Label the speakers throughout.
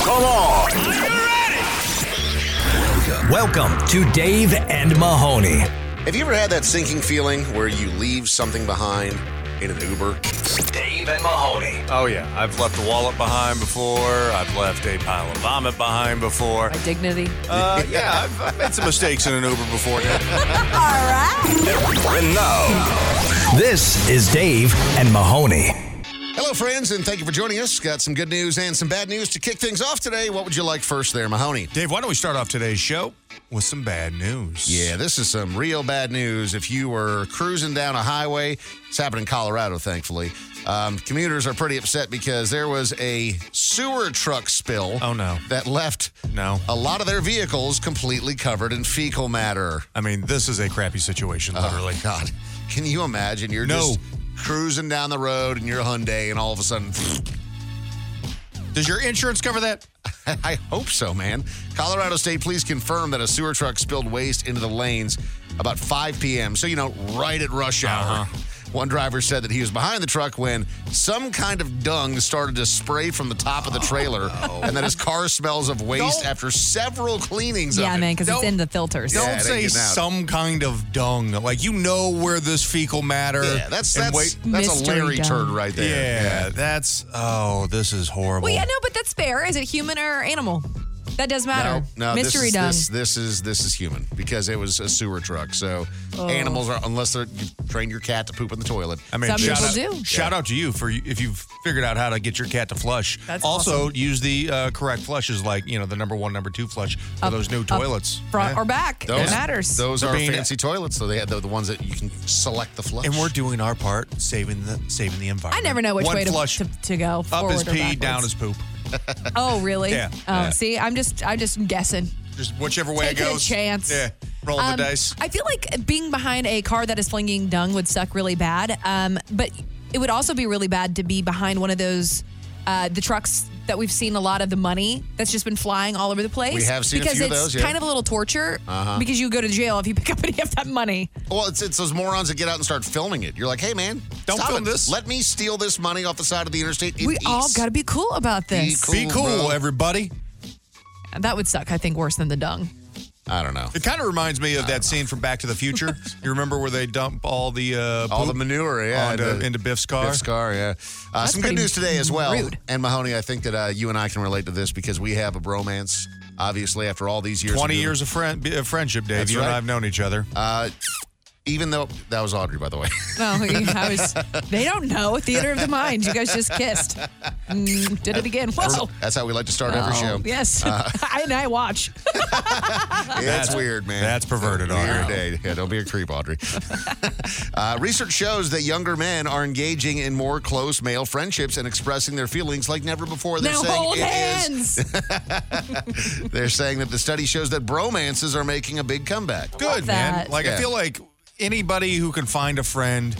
Speaker 1: Come on.
Speaker 2: Welcome to Dave and Mahoney.
Speaker 1: Have you ever had that sinking feeling where you leave something behind in an Uber?
Speaker 2: Dave and Mahoney.
Speaker 3: Oh yeah, I've left a wallet behind before. I've left a pile of vomit behind before.
Speaker 4: My dignity.
Speaker 3: Uh, yeah, I've, I've made some mistakes in an Uber before. Yeah.
Speaker 2: And now, this is Dave and Mahoney.
Speaker 1: Hello, friends, and thank you for joining us. Got some good news and some bad news to kick things off today. What would you like first there, Mahoney?
Speaker 3: Dave, why don't we start off today's show with some bad news?
Speaker 1: Yeah, this is some real bad news. If you were cruising down a highway, it's happened in Colorado, thankfully. Um, commuters are pretty upset because there was a sewer truck spill.
Speaker 3: Oh, no.
Speaker 1: That left
Speaker 3: No.
Speaker 1: a lot of their vehicles completely covered in fecal matter.
Speaker 3: I mean, this is a crappy situation, literally.
Speaker 1: Oh, God, can you imagine? You're
Speaker 3: No.
Speaker 1: just cruising down the road in your Hyundai, and all of a sudden,
Speaker 3: Does your insurance cover that?
Speaker 1: I hope so, man. Colorado State Police confirmed that a sewer truck spilled waste into the lanes about 5 p.m. So, you know, right at rush hour.
Speaker 3: Uh-huh.
Speaker 1: One driver said that he was behind the truck when some kind of dung started to spray from the top of the trailer,
Speaker 3: Oh,
Speaker 1: and that his car smells of waste
Speaker 3: Don't-
Speaker 1: after several cleanings of
Speaker 4: Yeah,
Speaker 1: it.
Speaker 4: man, because it's
Speaker 3: Don't-
Speaker 4: in the filters.
Speaker 1: Yeah, it
Speaker 3: Don't
Speaker 1: ain't
Speaker 3: say
Speaker 1: getting out.
Speaker 3: some kind of dung. Like you know where this fecal matter.
Speaker 1: Yeah, that's
Speaker 3: and
Speaker 1: that's
Speaker 3: wait-
Speaker 1: that's a
Speaker 4: Mystery
Speaker 1: Larry
Speaker 4: dung.
Speaker 1: turd right there.
Speaker 3: yeah, that's oh, this is horrible.
Speaker 4: Well, yeah, no, but that's fair. Is it human or animal? That does matter.
Speaker 1: No, no
Speaker 4: Mystery
Speaker 1: this is,
Speaker 4: dung.
Speaker 1: This, this is this is human because it was a sewer truck. So
Speaker 4: Oh.
Speaker 1: animals are unless they're you train your cat to poop in the toilet.
Speaker 3: I mean,
Speaker 4: Some
Speaker 3: shout, out,
Speaker 4: people do.
Speaker 3: shout out to you for if you've figured out how to get your cat to flush.
Speaker 4: That's
Speaker 3: also, use the uh, correct flushes, like you know the number one, number two flush for those new toilets.
Speaker 4: Front
Speaker 3: Yeah.
Speaker 4: or back.
Speaker 1: those,
Speaker 4: It matters.
Speaker 1: Those
Speaker 3: They're
Speaker 1: are
Speaker 3: being-
Speaker 1: fancy toilets, so they had the, the ones that you can select the flush.
Speaker 3: And we're doing our part, saving the saving the
Speaker 4: I
Speaker 3: environment.
Speaker 4: never know which
Speaker 3: one
Speaker 4: way to,
Speaker 3: flush.
Speaker 4: to, to go.
Speaker 3: up
Speaker 4: Forward
Speaker 3: is
Speaker 4: or
Speaker 3: pee, down
Speaker 4: backwards.
Speaker 3: is poop.
Speaker 4: Oh, really?
Speaker 3: Yeah.
Speaker 4: Oh, see, I'm just, I'm just guessing.
Speaker 3: Just whichever way
Speaker 4: Taking
Speaker 3: it
Speaker 4: a
Speaker 3: goes.
Speaker 4: chance.
Speaker 3: Yeah, rolling
Speaker 4: Um,
Speaker 3: the dice.
Speaker 4: I feel like being behind a car that is flinging dung would suck really bad. Um, but it would also be really bad to be behind one of those uh, the trucks that we've seen a lot of the money that's just been flying all over the place.
Speaker 1: We have seen a
Speaker 4: because
Speaker 1: few of
Speaker 4: it's
Speaker 1: those, yeah. Uh-huh.
Speaker 4: kind of a little torture because you go to jail if you pick up any of that money.
Speaker 1: well, it's, it's those morons that get out and start filming it. You're like, hey man,
Speaker 3: Don't
Speaker 1: stop
Speaker 3: film
Speaker 1: it.
Speaker 3: this.
Speaker 1: Let me steal this money off the side of the interstate. in
Speaker 4: we all
Speaker 1: peace."
Speaker 4: got to be cool about
Speaker 1: Be
Speaker 4: this.
Speaker 1: cool.
Speaker 3: Be cool,
Speaker 1: bro.
Speaker 3: everybody.
Speaker 4: That would suck. I think worse than the dung.
Speaker 1: I don't know.
Speaker 3: It kind of reminds me of that scene from Back to the Future. you remember where they dump all the uh,
Speaker 1: All the
Speaker 3: poop
Speaker 1: manure, Oh, yeah,
Speaker 3: onto-
Speaker 1: the-
Speaker 3: into Biff's car?
Speaker 1: Biff's car, yeah. Uh, some good
Speaker 4: pretty
Speaker 1: news today as well.
Speaker 4: rude.
Speaker 1: And Mahoney, I think that uh, you and I can relate to this because we have a bromance. Obviously, after all these years, of
Speaker 3: 20
Speaker 1: doing-
Speaker 3: years of friend, of friendship, Dave.
Speaker 1: That's
Speaker 3: you and
Speaker 1: right.
Speaker 3: I have known each other.
Speaker 1: even though that was Audrey, by the way.
Speaker 4: No, I was. They don't know. Theater of the mind. You guys just kissed. Mm, did it again. Whoa.
Speaker 1: That's how we like to start every
Speaker 4: Oh,
Speaker 1: show.
Speaker 4: Yes.
Speaker 1: Uh-huh.
Speaker 4: I, and I watch.
Speaker 1: It's weird, man.
Speaker 3: that's perverted,
Speaker 1: Weird
Speaker 3: Audrey.
Speaker 1: day. Yeah, don't be a creep, Audrey. uh, research shows that younger men are engaging in more close male friendships and expressing their feelings like never before. They're
Speaker 4: now
Speaker 1: saying
Speaker 4: hold
Speaker 1: it is-
Speaker 4: hands.
Speaker 1: they're saying that the study shows that bromances are making a big comeback.
Speaker 3: good, man.
Speaker 4: that.
Speaker 3: Like
Speaker 1: Yeah.
Speaker 3: I feel like anybody who can find a friend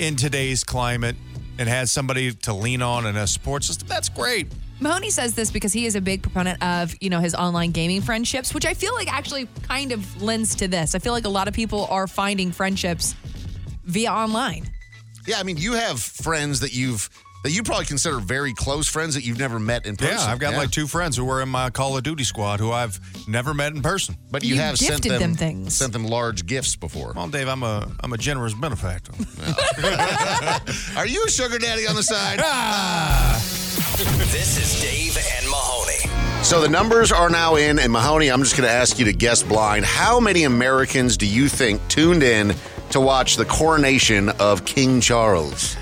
Speaker 3: in today's climate and has somebody to lean on in a support system, that's great.
Speaker 4: Mahoney says this because he is a big proponent of, you know, his online gaming friendships, which I feel like actually kind of lends to this. I feel like a lot of people are finding friendships via online.
Speaker 1: Yeah, I mean, you have friends that you've that you probably consider very close friends that you've never met in person.
Speaker 3: Yeah, I've got like two friends who were in my Call of Duty squad who I've never met in person.
Speaker 1: But you,
Speaker 4: You
Speaker 1: have sent
Speaker 4: gifted
Speaker 1: them,
Speaker 4: them things.
Speaker 1: sent them large gifts before.
Speaker 3: Well, Dave, I'm a I'm a generous benefactor.
Speaker 1: Are you a sugar daddy on the side?
Speaker 3: Ah!
Speaker 2: This is Dave and Mahoney.
Speaker 1: So the numbers are now in, and Mahoney, I'm just going to ask you to guess blind. How many Americans do you think tuned in to watch the coronation of King Charles?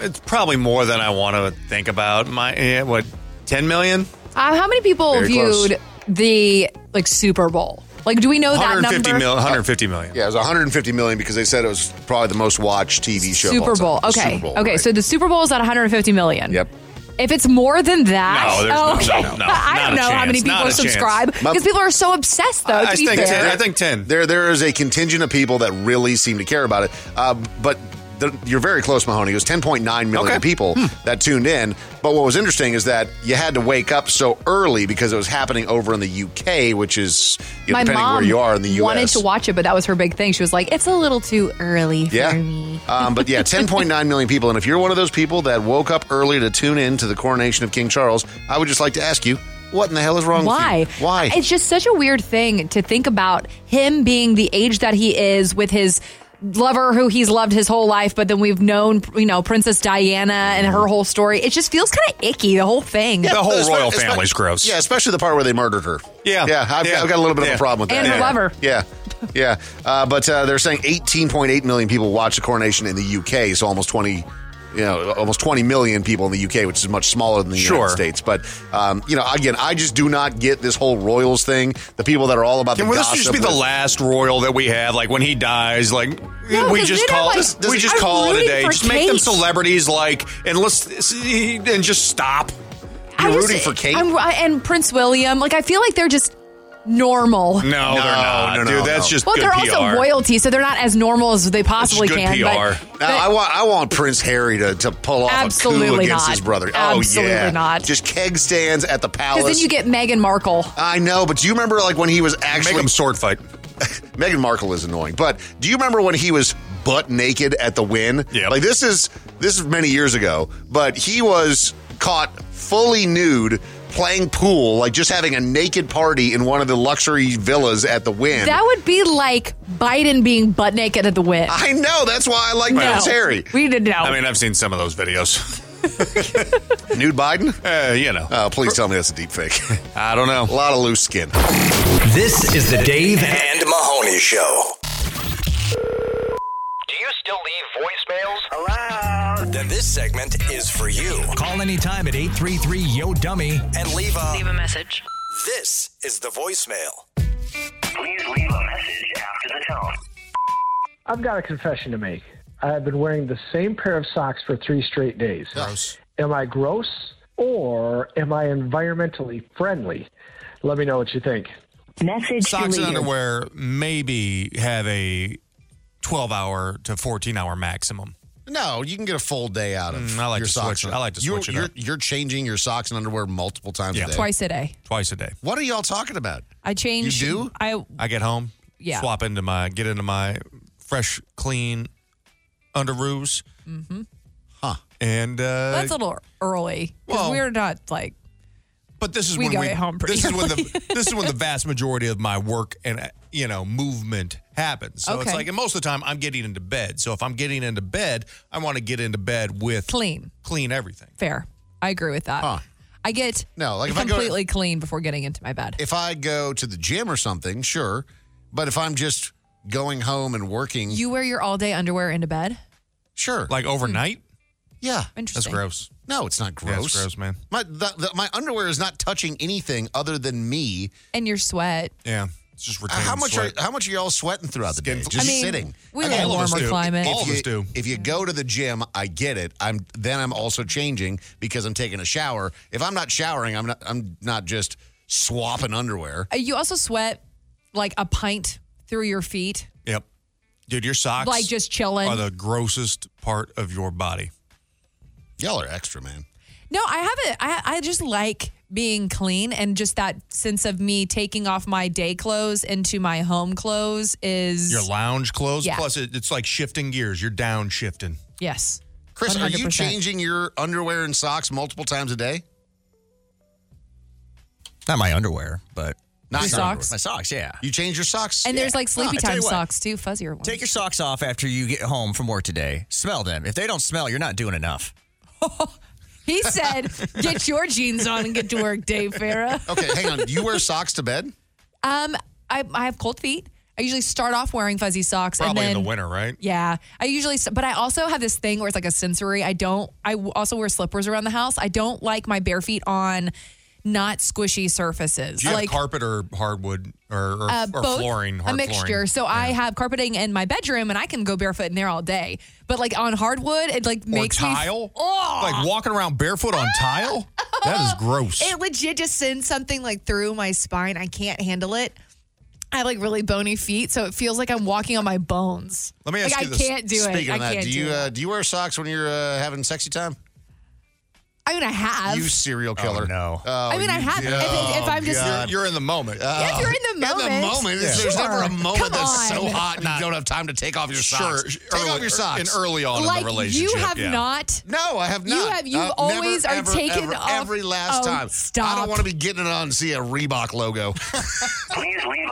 Speaker 3: it's probably more than I want to think about. My eh, what, ten million?
Speaker 5: Um, how many people
Speaker 1: Very close.
Speaker 5: viewed the like Super Bowl? Like, do we know that
Speaker 3: 150
Speaker 5: number?
Speaker 3: mil, 150 million.
Speaker 1: Yeah, it was 150 million because they said it was probably the most watched TV show. of all
Speaker 5: Super
Speaker 1: time.
Speaker 5: Bowl.
Speaker 1: The
Speaker 5: Okay.
Speaker 1: Super Bowl,
Speaker 5: okay.
Speaker 1: right.
Speaker 5: So the Super Bowl is at 150 million.
Speaker 1: Yep.
Speaker 5: If it's more than that,
Speaker 3: No, there's no-
Speaker 5: okay.
Speaker 3: no, no,
Speaker 5: I
Speaker 3: not
Speaker 5: don't
Speaker 3: a
Speaker 5: know how many
Speaker 3: chance, not
Speaker 5: people
Speaker 3: a chance.
Speaker 5: subscribe
Speaker 1: My-
Speaker 5: because people are so obsessed, though. to
Speaker 3: I
Speaker 5: be
Speaker 3: think
Speaker 5: fair,
Speaker 3: ten. I think ten.
Speaker 1: there there is a contingent of people that really seem to care about it. Uh, but the, you're very close, Mahoney. It was 10.9 million
Speaker 3: Okay. Hmm.
Speaker 1: people that tuned in. But what was interesting is that you had to wake up so early because it was happening over in the UK, which is you know,
Speaker 5: My
Speaker 1: depending
Speaker 5: mom
Speaker 1: where you are in the US.
Speaker 5: wanted to watch it, but that was her big thing. She was like, "It's a little too early for
Speaker 1: Yeah.
Speaker 5: me."
Speaker 1: Um, but yeah, 10.9 million people. And if you're one of those people that woke up early to tune in to the coronation of King Charles, I would just like to ask you, what in the hell is wrong
Speaker 5: Why?
Speaker 1: with you? Why?
Speaker 5: It's just such a weird thing to think about him being the age that he is with his lover who he's loved his whole life, but then we've known, you know, Princess Diana and her whole story. It just feels kind of icky, the whole thing.
Speaker 3: The whole
Speaker 1: Espe-
Speaker 3: royal
Speaker 1: espe-
Speaker 3: family's gross.
Speaker 1: Yeah, especially the part where they murdered her.
Speaker 3: Yeah.
Speaker 1: Yeah, I've,
Speaker 3: Yeah.
Speaker 1: I've got a little bit of
Speaker 3: Yeah.
Speaker 1: a problem with that.
Speaker 5: And her
Speaker 1: yeah.
Speaker 5: lover.
Speaker 1: Yeah. Yeah. Uh, but uh, they're saying 18.8 million people watch the coronation in the UK, so almost 20. You know, almost 20 million people in the UK, which is much smaller than the
Speaker 3: Sure.
Speaker 1: United States. But, um, you know, again, I just do not get this whole royals thing. The people that are all about
Speaker 3: Can
Speaker 1: the
Speaker 3: this
Speaker 1: gossip.
Speaker 3: just be the
Speaker 1: with-
Speaker 3: last royal that we have? Like when he dies, like
Speaker 5: No,
Speaker 3: we
Speaker 5: 'cause
Speaker 3: just
Speaker 5: then
Speaker 3: call
Speaker 5: I'm like,
Speaker 3: we just
Speaker 5: I'm
Speaker 3: call it a
Speaker 5: rooting
Speaker 3: day.
Speaker 5: for
Speaker 3: Just make them
Speaker 5: Kate.
Speaker 3: celebrities, like and let's and just stop.
Speaker 5: I
Speaker 1: You're
Speaker 5: just-
Speaker 1: rooting for Kate?
Speaker 5: I'm- I- and Prince William. Like, I feel like they're just normal.
Speaker 3: No, they're not,
Speaker 1: no, no,
Speaker 3: dude.
Speaker 1: no.
Speaker 3: That's just
Speaker 5: Well,
Speaker 3: good
Speaker 5: they're
Speaker 3: PR.
Speaker 5: also royalty, so they're not as normal as they possibly
Speaker 3: good
Speaker 5: can.
Speaker 3: PR.
Speaker 5: But
Speaker 1: Now, I want I want Prince Harry to, to pull off a coup
Speaker 5: Absolutely
Speaker 1: against
Speaker 5: not.
Speaker 1: his brother.
Speaker 5: Absolutely
Speaker 1: oh yeah,
Speaker 5: not.
Speaker 1: Just keg stands at the palace.
Speaker 5: because then you get Meghan Markle.
Speaker 1: I know, but do you remember like when he was
Speaker 3: Make
Speaker 1: actually
Speaker 3: them sword fight.
Speaker 1: Meghan Markle is annoying, but do you remember when he was butt naked at the win?
Speaker 3: Yep.
Speaker 1: Like this is this is many years ago, but he was caught fully nude playing pool, like just having a naked party in one of the luxury villas at the win.
Speaker 5: That would be like Biden being butt naked at the whip.
Speaker 1: I know, that's why I like
Speaker 5: No.
Speaker 1: Prince Harry.
Speaker 5: We didn't know.
Speaker 3: I mean, I've seen some of those videos.
Speaker 1: Nude Biden?
Speaker 3: Uh, you know,
Speaker 1: Oh, please tell me that's a deep fake.
Speaker 3: I don't
Speaker 1: a
Speaker 3: know.
Speaker 1: lot of loose skin.
Speaker 2: This is the Dave and Mahoney Show.
Speaker 6: Do you still leave voicemails? Hello?
Speaker 2: Then this segment is for you. Call anytime at 833 Yo Dummy and leave a, leave a message. This is the voicemail.
Speaker 6: Please leave a message after the tone.
Speaker 7: I've got a confession to make. I have been wearing the same pair of socks for three straight days. Gross. Am I gross or am I environmentally friendly? Let me know what you think.
Speaker 8: Message
Speaker 3: Socks
Speaker 8: to
Speaker 3: and
Speaker 8: leader.
Speaker 3: underwear maybe have a 12 hour to 14 hour maximum.
Speaker 1: No, you can get a full day out of
Speaker 3: Mm, I like
Speaker 1: your
Speaker 3: to
Speaker 1: socks.
Speaker 3: switch it.
Speaker 1: and-
Speaker 3: I like to
Speaker 1: you're,
Speaker 3: switch it
Speaker 1: you're,
Speaker 3: up.
Speaker 1: You're changing your socks and underwear multiple times
Speaker 3: Yeah.
Speaker 1: a day.
Speaker 4: twice a day.
Speaker 3: Twice a day.
Speaker 1: What are y'all talking about?
Speaker 4: I change.
Speaker 1: You do?
Speaker 4: I
Speaker 3: I get home,
Speaker 4: Yeah.
Speaker 3: swap into my, get into my fresh, clean underoos. Mm-hmm. Huh. And, uh,
Speaker 4: that's a little early 'cause
Speaker 3: Well-
Speaker 4: we're not like
Speaker 3: but this is
Speaker 4: we
Speaker 3: when
Speaker 4: go
Speaker 3: we,
Speaker 4: at home pretty
Speaker 3: this is when the, this is when the vast majority of my work and, uh, you know, movement happens. So it's
Speaker 4: Okay.
Speaker 3: like, and most of the time I'm getting into bed. So if I'm getting into bed, I want to get into bed with
Speaker 4: clean.
Speaker 3: clean everything.
Speaker 4: Fair. I agree with that.
Speaker 1: Huh.
Speaker 4: I get
Speaker 1: No, like, if I go-
Speaker 4: completely clean before getting into my bed.
Speaker 1: If I go to the gym or something, sure. But if I'm just going home and working,
Speaker 4: You wear your all day underwear into bed?
Speaker 1: sure.
Speaker 3: Like overnight?
Speaker 1: yeah.
Speaker 3: That's
Speaker 4: Interesting.
Speaker 3: gross.
Speaker 1: No, it's not
Speaker 3: Yeah,
Speaker 1: gross.
Speaker 3: it's gross, man.
Speaker 1: My the, the, my underwear is not touching anything other than me.
Speaker 4: And your sweat.
Speaker 3: Yeah. It's just
Speaker 1: Uh,
Speaker 3: retaining
Speaker 1: how much
Speaker 3: sweat.
Speaker 1: are how much are y'all sweating throughout the
Speaker 3: Skin
Speaker 1: day?
Speaker 3: fl-
Speaker 1: Just
Speaker 4: I mean,
Speaker 1: sitting.
Speaker 4: we
Speaker 1: I
Speaker 4: live
Speaker 1: get
Speaker 4: in a
Speaker 1: it.
Speaker 3: us
Speaker 4: warmer
Speaker 3: do.
Speaker 4: climate.
Speaker 3: All of
Speaker 1: If
Speaker 3: us
Speaker 1: you-
Speaker 3: do.
Speaker 1: If you go to the gym, I get it. I'm then I'm also changing because I'm taking a shower. If I'm not showering, I'm not I'm not just swapping underwear.
Speaker 4: Uh, You also sweat like a pint through your feet,
Speaker 3: Yep. Dude, your socks
Speaker 4: like just chilling.
Speaker 1: Oh,
Speaker 3: are the grossest part of your body.
Speaker 1: Y'all are extra, man.
Speaker 4: No, I haven't. I, I just like being clean and just that sense of me taking off my day clothes into my home clothes is
Speaker 3: Your lounge clothes,
Speaker 4: Yeah.
Speaker 3: plus it, it's like shifting gears. You're down shifting.
Speaker 4: yes.
Speaker 1: Chris, are you
Speaker 4: 100%.
Speaker 1: changing your underwear and socks multiple times a day?
Speaker 9: Not my underwear, but
Speaker 1: Not
Speaker 4: Your
Speaker 1: your
Speaker 4: socks?
Speaker 9: my socks. Yeah.
Speaker 1: You change your socks.
Speaker 4: And there's like sleepy
Speaker 9: No, I tell
Speaker 4: time
Speaker 9: you what.
Speaker 4: socks too, fuzzier ones.
Speaker 9: Take your socks off after you get home from work today. Smell them. If they don't smell, you're not doing enough.
Speaker 4: he said, "Get your jeans on and get to work, Dave Farah."
Speaker 1: okay, hang on. You wear socks to bed?
Speaker 4: Um, I, I have cold feet. I usually start off wearing fuzzy socks,
Speaker 3: Probably
Speaker 4: and then
Speaker 3: in the winter, right?
Speaker 4: Yeah, I usually, but I also have this thing where it's like a sensory. I don't. I w- also wear slippers around the house. I don't like my bare feet on not squishy surfaces.
Speaker 3: Do you
Speaker 4: I
Speaker 3: have
Speaker 4: like
Speaker 3: carpet or hardwood or, or,
Speaker 4: uh,
Speaker 3: or
Speaker 4: both,
Speaker 3: flooring? Hard
Speaker 4: a mixture.
Speaker 3: Flooring?
Speaker 4: So I have carpeting in my bedroom, and I can go barefoot in there all day. But like on hardwood, it like
Speaker 3: Or
Speaker 4: makes me.
Speaker 3: tile?
Speaker 4: f- Oh,
Speaker 3: Like walking around barefoot on tile? That is gross.
Speaker 4: it legit just sends something like through my spine. I can't handle it. I have like really bony feet, so it feels like I'm walking on my bones.
Speaker 3: Let me ask you
Speaker 4: like, I
Speaker 3: this.
Speaker 4: can't do it.
Speaker 1: Speaking of
Speaker 4: I
Speaker 1: that,
Speaker 4: can't
Speaker 1: do
Speaker 4: do
Speaker 1: you
Speaker 4: it.
Speaker 1: uh, do you wear socks when you're uh, having sexy time?
Speaker 4: I mean, I have.
Speaker 1: You serial killer.
Speaker 9: no.
Speaker 1: Oh,
Speaker 4: I mean, I
Speaker 1: you
Speaker 4: have.
Speaker 1: do.
Speaker 4: If, if, if I'm just
Speaker 3: You're, you're in the moment.
Speaker 4: if you're in the
Speaker 1: In
Speaker 4: moment,
Speaker 1: the moment, it's- there's never a
Speaker 4: Sure.
Speaker 1: moment
Speaker 4: Come
Speaker 1: that's so
Speaker 4: on.
Speaker 1: hot and you don't have time to take off your
Speaker 3: sure.
Speaker 1: socks. Take off your socks.
Speaker 3: And early on in
Speaker 4: like
Speaker 3: the
Speaker 4: you
Speaker 3: relationship.
Speaker 4: have
Speaker 3: yeah.
Speaker 4: not.
Speaker 1: No, I have
Speaker 4: You
Speaker 1: not.
Speaker 4: have- you've
Speaker 1: I've
Speaker 4: always
Speaker 1: never,
Speaker 4: are
Speaker 1: ever,
Speaker 4: taken
Speaker 1: ever,
Speaker 4: off-
Speaker 1: every last
Speaker 4: Oh,
Speaker 1: time. I
Speaker 4: stop.
Speaker 1: don't want to be getting it on and see a Reebok logo.
Speaker 6: Please leave a message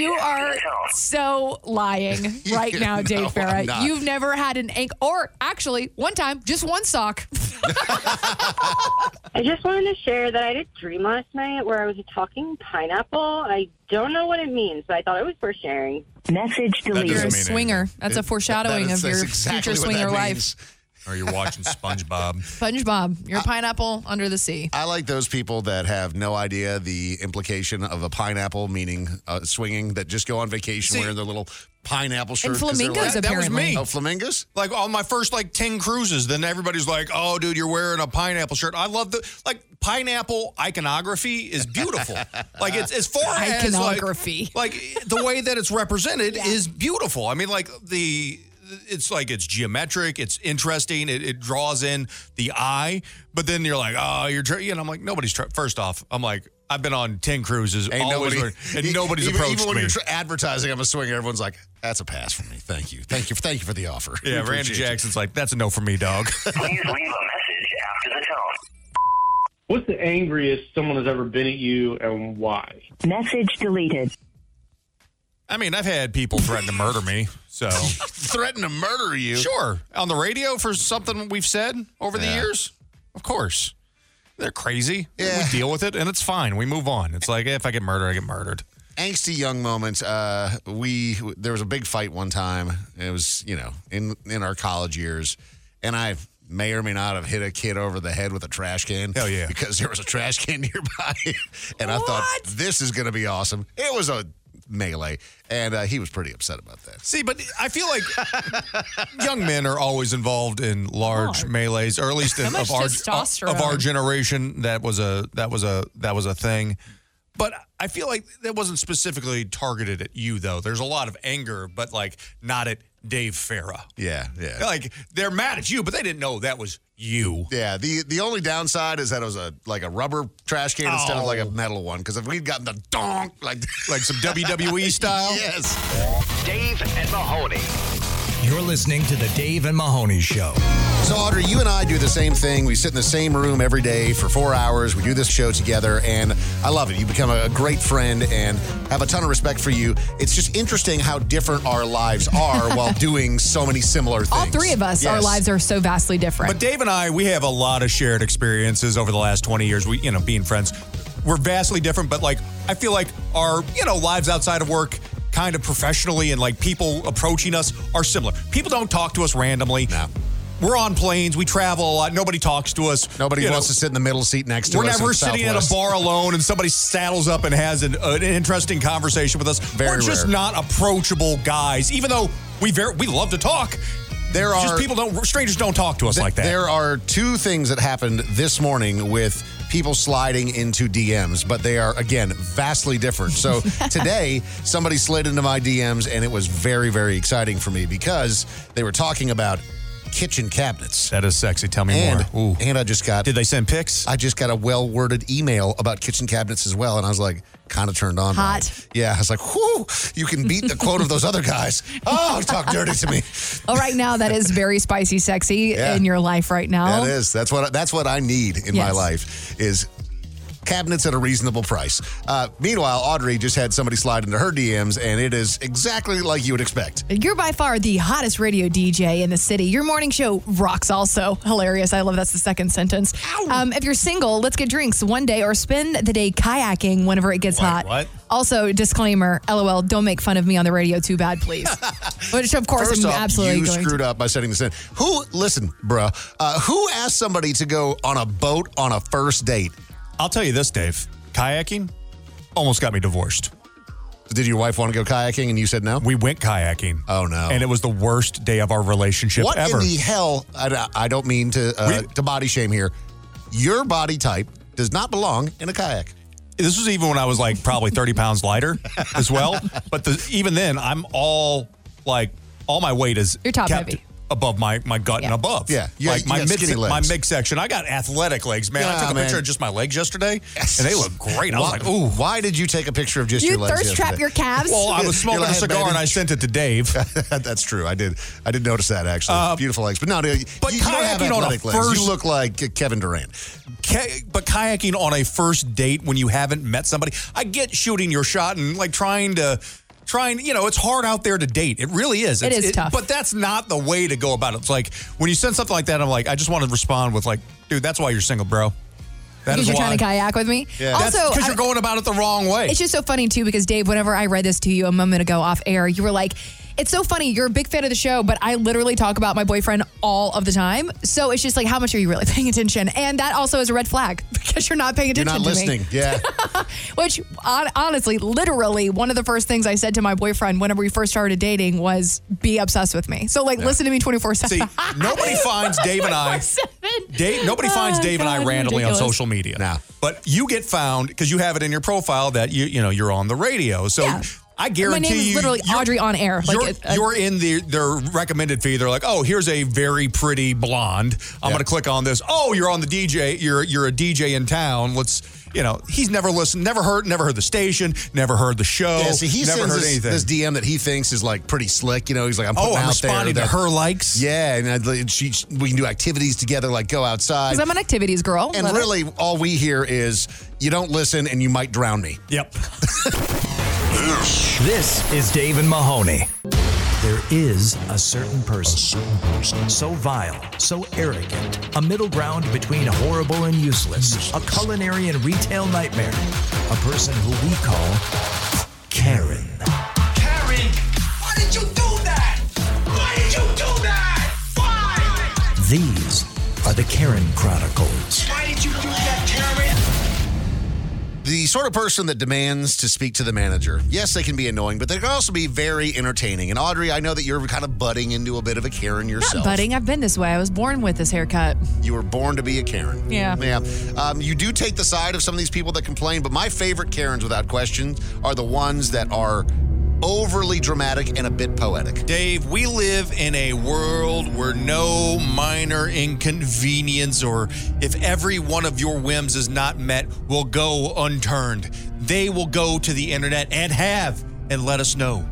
Speaker 4: You
Speaker 6: after
Speaker 4: are
Speaker 6: the tone.
Speaker 4: so lying right now,
Speaker 1: No,
Speaker 4: Dave
Speaker 1: I'm
Speaker 4: Farah.
Speaker 1: not.
Speaker 4: You've never had an ankle, or actually, one time, just one sock.
Speaker 8: I just wanted to share that I had a dream last night where I was a talking pineapple. I don't know what it means, but I thought it was worth sharing.
Speaker 10: Message
Speaker 3: That
Speaker 4: You're
Speaker 10: deleted.
Speaker 4: a
Speaker 3: doesn't mean
Speaker 4: swinger.
Speaker 3: anything.
Speaker 4: That's a foreshadowing
Speaker 1: That is-
Speaker 4: of
Speaker 1: that's
Speaker 4: your
Speaker 1: exactly
Speaker 4: future
Speaker 1: what
Speaker 4: swinger
Speaker 1: that
Speaker 4: life.
Speaker 1: means. Uh,
Speaker 3: Or you're watching SpongeBob.
Speaker 4: SpongeBob, you're a pineapple under the sea.
Speaker 1: I like those people that have no idea the implication of a pineapple, meaning uh, swinging, that just go on vacation
Speaker 3: See-
Speaker 1: wearing their little pineapple shirt.
Speaker 4: And
Speaker 1: 'cause they're
Speaker 4: flamingos,
Speaker 1: like-
Speaker 3: That was
Speaker 4: apparently.
Speaker 3: me.
Speaker 1: Oh, flamingos?
Speaker 3: Like on my first like 10 cruises, then everybody's like, oh, dude, you're wearing a pineapple shirt. I love the, like, pineapple iconography is beautiful. like, it's as far as. like-
Speaker 4: Iconography.
Speaker 3: Like, the way that it's represented is beautiful. I mean, like, the. It's like it's geometric. It's interesting. It, it draws in the eye, but then you're like, oh, you're. Tra-, and I'm like, nobody's. Tra- First off, I'm like, I've been on ten cruises,
Speaker 1: Ain't
Speaker 3: always
Speaker 1: nobody- e-,
Speaker 3: wearing- and nobody's
Speaker 1: even,
Speaker 3: approached
Speaker 1: Even when
Speaker 3: me.
Speaker 1: you're tra- advertising, I'm a swinger. Everyone's like, "That's a pass for me. Thank you. Thank you. Thank you for the offer." We
Speaker 3: yeah, Randy
Speaker 1: appreciate you.
Speaker 3: Jackson's like, that's a no for me, dog.
Speaker 6: Please leave a message after the tone.
Speaker 11: What's the angriest someone has ever been at you and why?
Speaker 10: Message deleted.
Speaker 3: I mean, I've had people threaten to murder me. So
Speaker 1: Threaten to murder you.
Speaker 3: sure, on the radio for something we've said over the years, of course, they're crazy.
Speaker 1: Yeah.
Speaker 3: We deal with it, and it's fine. We move on. It's like eh, if I get murdered, I get murdered.
Speaker 1: angsty young moments. Uh, we there was a big fight one time. It was you know in in our college years, and I may or may not have hit a kid over the head with a trash can.
Speaker 3: Hell yeah.
Speaker 1: Because there was a trash can nearby, and I thought
Speaker 4: What?
Speaker 1: this is gonna be awesome. It was a melee, and uh, he was pretty upset about that.
Speaker 3: See, but I feel like young men are always involved in large melees, or at least in,
Speaker 4: much
Speaker 3: of our
Speaker 4: testosterone.
Speaker 3: of our generation. That was a that was a that was a thing. But I feel like that wasn't specifically targeted at you, though. There's a lot of anger, but like not at Dave Farah.
Speaker 1: Yeah, yeah.
Speaker 3: like they're mad at you, but they didn't know that was you.
Speaker 1: Yeah, the the only downside is that it was a like a rubber trash can instead of like a metal one. Because if we'd gotten the donk Oh. like
Speaker 3: Like some
Speaker 1: E
Speaker 3: WWE style.
Speaker 1: yes.
Speaker 2: Dave and Mahoney. You're listening to the Dave and Mahoney Show.
Speaker 1: So, Audrey, you and I do the same thing. We sit in the same room every day for four hours. We do this show together, and I love it. You become a great friend and have a ton of respect for you. It's just interesting how different our lives are while doing so many similar things.
Speaker 4: All three of us, our
Speaker 1: Yes.
Speaker 4: lives are so vastly different.
Speaker 3: But Dave and I, we have a lot of shared experiences over the last 20 years. We, you know, being friends, we're vastly different, but like, I feel like our, you know, lives outside of work, kind of professionally, and like people approaching us are similar. People don't talk to us randomly.
Speaker 1: No.
Speaker 3: We're on planes, we travel a lot, nobody talks to us.
Speaker 1: Nobody
Speaker 3: You
Speaker 1: wants
Speaker 3: know,
Speaker 1: to sit in the middle seat next to
Speaker 3: We're
Speaker 1: us.
Speaker 3: never
Speaker 1: in
Speaker 3: sitting
Speaker 1: Southwest.
Speaker 3: at a bar alone and somebody saddles up and has an, an interesting conversation with us.
Speaker 1: Very
Speaker 3: we're just
Speaker 1: rare.
Speaker 3: not approachable guys, even though we very, we love to talk.
Speaker 1: There
Speaker 3: just
Speaker 1: are-
Speaker 3: people don't strangers don't talk to us like that.
Speaker 1: There are two things that happened this morning with people sliding into DMs, but they are again vastly different. So today, somebody slid into my DMs, and it was very, very exciting for me because they were talking about kitchen cabinets,
Speaker 3: That is sexy. Tell me
Speaker 1: and
Speaker 3: more. Ooh.
Speaker 1: and I just got
Speaker 3: Did they send pics?
Speaker 1: I just got a well worded email about kitchen cabinets as well, and I was like. Kind of turned on. by
Speaker 4: Hot.
Speaker 1: it. Yeah. I was like, whoo, you can beat the quote of those other guys. Oh, talk dirty to me.
Speaker 4: oh, right now, that is very spicy, sexy
Speaker 1: Yeah.
Speaker 4: in your life right now.
Speaker 1: That is. That's what. That's what I need in my
Speaker 4: Oh. Yes.
Speaker 1: life is cabinets at a reasonable price. Uh, meanwhile, Audrey just had somebody slide into her DMs, and it is exactly like you would expect.
Speaker 4: You're by far the hottest radio DJ in the city. Your morning show rocks also. Hilarious. I love that's the second sentence. Um, if you're single, let's get drinks one day or spend the day kayaking whenever it gets
Speaker 3: Wait,
Speaker 4: hot.
Speaker 3: what?
Speaker 4: Also, disclaimer, LOL, don't make fun of me on the radio too bad, please. Which, of course,
Speaker 1: First
Speaker 4: I'm
Speaker 1: off,
Speaker 4: absolutely
Speaker 1: you
Speaker 4: going
Speaker 1: screwed up by setting this in. Who? Listen, bruh. Uh, who asked somebody to go on a boat on a first date?
Speaker 3: I'll tell you this, Dave. Kayaking almost got me divorced.
Speaker 1: Did your wife want to go kayaking, and you said no?
Speaker 3: We went kayaking.
Speaker 1: Oh, no.
Speaker 3: And it was the worst day of our relationship
Speaker 1: what
Speaker 3: ever.
Speaker 1: in the hell? I, I don't mean to uh,
Speaker 3: We-
Speaker 1: to body shame here. Your body type does not belong in a kayak.
Speaker 3: this was even when I was like probably 30 pounds lighter as well. But the, even then, I'm all like, all my weight is
Speaker 4: You're top
Speaker 3: kept
Speaker 4: heavy.
Speaker 3: above my, my gut and above.
Speaker 1: Yeah. You
Speaker 3: like
Speaker 1: got- you
Speaker 3: my
Speaker 1: got
Speaker 3: mid
Speaker 1: skinny legs.
Speaker 3: my midsection. I got athletic legs, man. I
Speaker 1: Yeah,
Speaker 3: took a
Speaker 1: man.
Speaker 3: picture of just my legs yesterday, and they look great. I was
Speaker 1: Why-
Speaker 3: like, ooh.
Speaker 1: Why did you take a picture of just
Speaker 4: You
Speaker 1: your legs?
Speaker 4: thirst trap
Speaker 1: yesterday?
Speaker 4: your calves?
Speaker 3: Well, I was
Speaker 1: You're
Speaker 3: smoking a
Speaker 1: like, "Hey,
Speaker 3: cigar
Speaker 1: baby."
Speaker 3: and I sent it to Dave.
Speaker 1: That's true. I did. I did notice that actually. Beautiful legs, but no, dude,
Speaker 3: Uh, But
Speaker 1: you, you don't have
Speaker 3: kayaking on a
Speaker 1: athletic legs.
Speaker 3: first-
Speaker 1: You look like Kevin Durant.
Speaker 3: Ka- but kayaking on a first date when you haven't met somebody, I get shooting your shot and like trying to. Trying, you know, it's hard out there to date. It really is.
Speaker 4: It
Speaker 3: It's,
Speaker 4: is tough.
Speaker 3: but that's not the way to go about it. It's like when you send something like that, I'm like, I just want to respond with like, dude, that's why you're single, bro. That
Speaker 4: because
Speaker 3: is
Speaker 4: you're
Speaker 3: why.
Speaker 4: trying to kayak with me. Also,
Speaker 3: because
Speaker 4: I-
Speaker 3: you're going about it the wrong way.
Speaker 4: It's just so funny too because Dave, whenever I read this to you a moment ago off air, you were like, "It's so funny. You're a big fan of the show, but I literally talk about my boyfriend all of the time. So it's just like, how much are you really paying attention? And that also is a red flag because you're not paying
Speaker 1: You're
Speaker 4: attention.
Speaker 1: not
Speaker 4: to
Speaker 1: listening.
Speaker 4: Me.
Speaker 1: Yeah.
Speaker 4: Which hon- honestly, literally, one of the first things I said to my boyfriend whenever we first started dating was, "Be obsessed with me. So like, listen to me 24
Speaker 3: See,
Speaker 4: seven.
Speaker 3: nobody finds Dave and I. Dave, nobody finds
Speaker 4: Oh,
Speaker 3: Dave and I
Speaker 4: God, you're
Speaker 3: randomly on
Speaker 4: ridiculous.
Speaker 3: social media. But you get found because you have it in your profile that you you know you're on the radio. So
Speaker 4: Yeah.
Speaker 3: I
Speaker 4: My
Speaker 3: guarantee
Speaker 4: name is
Speaker 3: you,
Speaker 4: literally
Speaker 3: you're-
Speaker 4: Audrey on air. Like,
Speaker 3: you're,
Speaker 4: it- uh,
Speaker 3: you're in the their recommended feed. They're like, oh, here's a very pretty blonde. I'm gonna click on this. Oh, you're on the DJ. You're you're a DJ in town. Let's you know he's never listened, never heard, never heard the station, never heard the show.
Speaker 1: yeah, see, he
Speaker 3: Oh, never
Speaker 1: sends
Speaker 3: heard
Speaker 1: this,
Speaker 3: anything.
Speaker 1: this DM that he thinks is like pretty slick. You know, he's like, I'm putting
Speaker 3: oh, I'm
Speaker 1: out
Speaker 3: responding
Speaker 1: there
Speaker 3: to
Speaker 1: that-
Speaker 3: her likes.
Speaker 1: Yeah, and I'd, and she, we can do activities together, like go outside.
Speaker 4: Because I'm an activities girl.
Speaker 1: and
Speaker 4: Love it.
Speaker 1: really, all we hear is you don't listen, and you might drown me.
Speaker 3: Yep.
Speaker 2: This is Dave and Mahoney. There is a certain person, so vile, so arrogant, a middle ground between horrible and useless, a culinary and retail nightmare, a person who we call Karen.
Speaker 12: Karen, why did you do that? Why did you do that? Why?
Speaker 2: These are the Karen Chronicles.
Speaker 12: Why did you do that, Karen?
Speaker 1: the sort of person that demands to speak to the manager. Yes, they can be annoying, but they can also be very entertaining. And Audrey, I know that you're kind of butting into a bit of a Karen yourself.
Speaker 4: Not budding. I've been this way. I was born with this haircut.
Speaker 1: You were born to be a Karen.
Speaker 4: Yeah.
Speaker 1: Yeah. Um, you do take the side of some of these people that complain, but my favorite Karens, without question, are the ones that are overly dramatic and a bit poetic.
Speaker 3: Dave, we live in a world where no minor inconvenience or if every one of your whims is not met will go unturned. They will go to the internet and have and let us know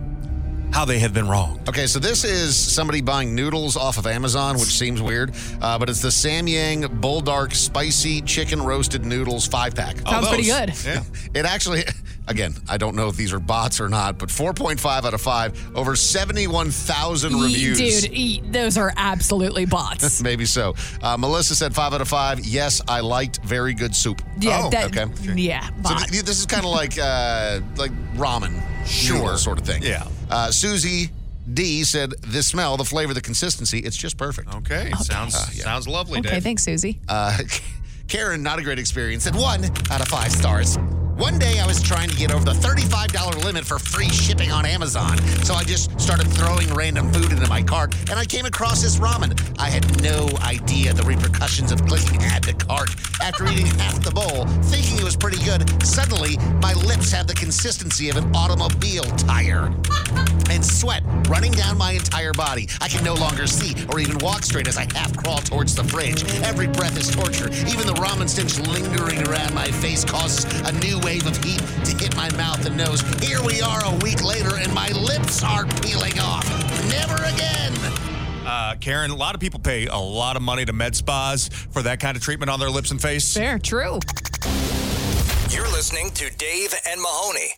Speaker 3: how they have been wrong.
Speaker 1: Okay, so this is somebody buying noodles off of Amazon, which seems weird, uh, but it's the Samyang Bulldark Spicy Chicken Roasted Noodles five pack.
Speaker 4: Sounds pretty good.
Speaker 1: It actually, again, I don't know if these are bots or not, but 4.5 out of 5, over 71,000
Speaker 4: Ye-
Speaker 1: reviews.
Speaker 4: Dude, ye- those are absolutely bots.
Speaker 1: Maybe so. Uh, Melissa said 5 out of 5. Yes, I liked very good soup.
Speaker 4: Yeah,
Speaker 1: Oh,
Speaker 4: that,
Speaker 1: okay.
Speaker 4: yeah,
Speaker 1: So
Speaker 4: bot.
Speaker 1: th- this is kind of like uh, like ramen,
Speaker 3: Sure.
Speaker 1: noodle sort of thing.
Speaker 3: Yeah.
Speaker 1: Uh, Susie D said, "The smell, the flavor, the consistency—it's just perfect."
Speaker 3: Okay, sounds sounds lovely,
Speaker 4: okay, thanks, Susie.
Speaker 1: Uh, Karen, not a great experience. At one out of five stars. One day I was trying to get over the $35 limit for free shipping on Amazon, so I just started throwing random food into my cart, and I came across this ramen. I had no idea the repercussions of clicking add to cart. After eating half the bowl, thinking it was pretty good, suddenly my lips had the consistency of an automobile tire and sweat running down my entire body. I can no longer see or even walk straight as I half crawl towards the fridge. Every breath is torture. Even the ramen stench lingering around my face causes a new wave of heat to hit my mouth and nose. Here we are a week later, and my lips are peeling off. Never again.
Speaker 3: Uh, Karen, a lot of people pay a lot of money to med spas for that kind of treatment on their lips and face.
Speaker 4: Fair, true.
Speaker 2: You're listening to Dave and Mahoney.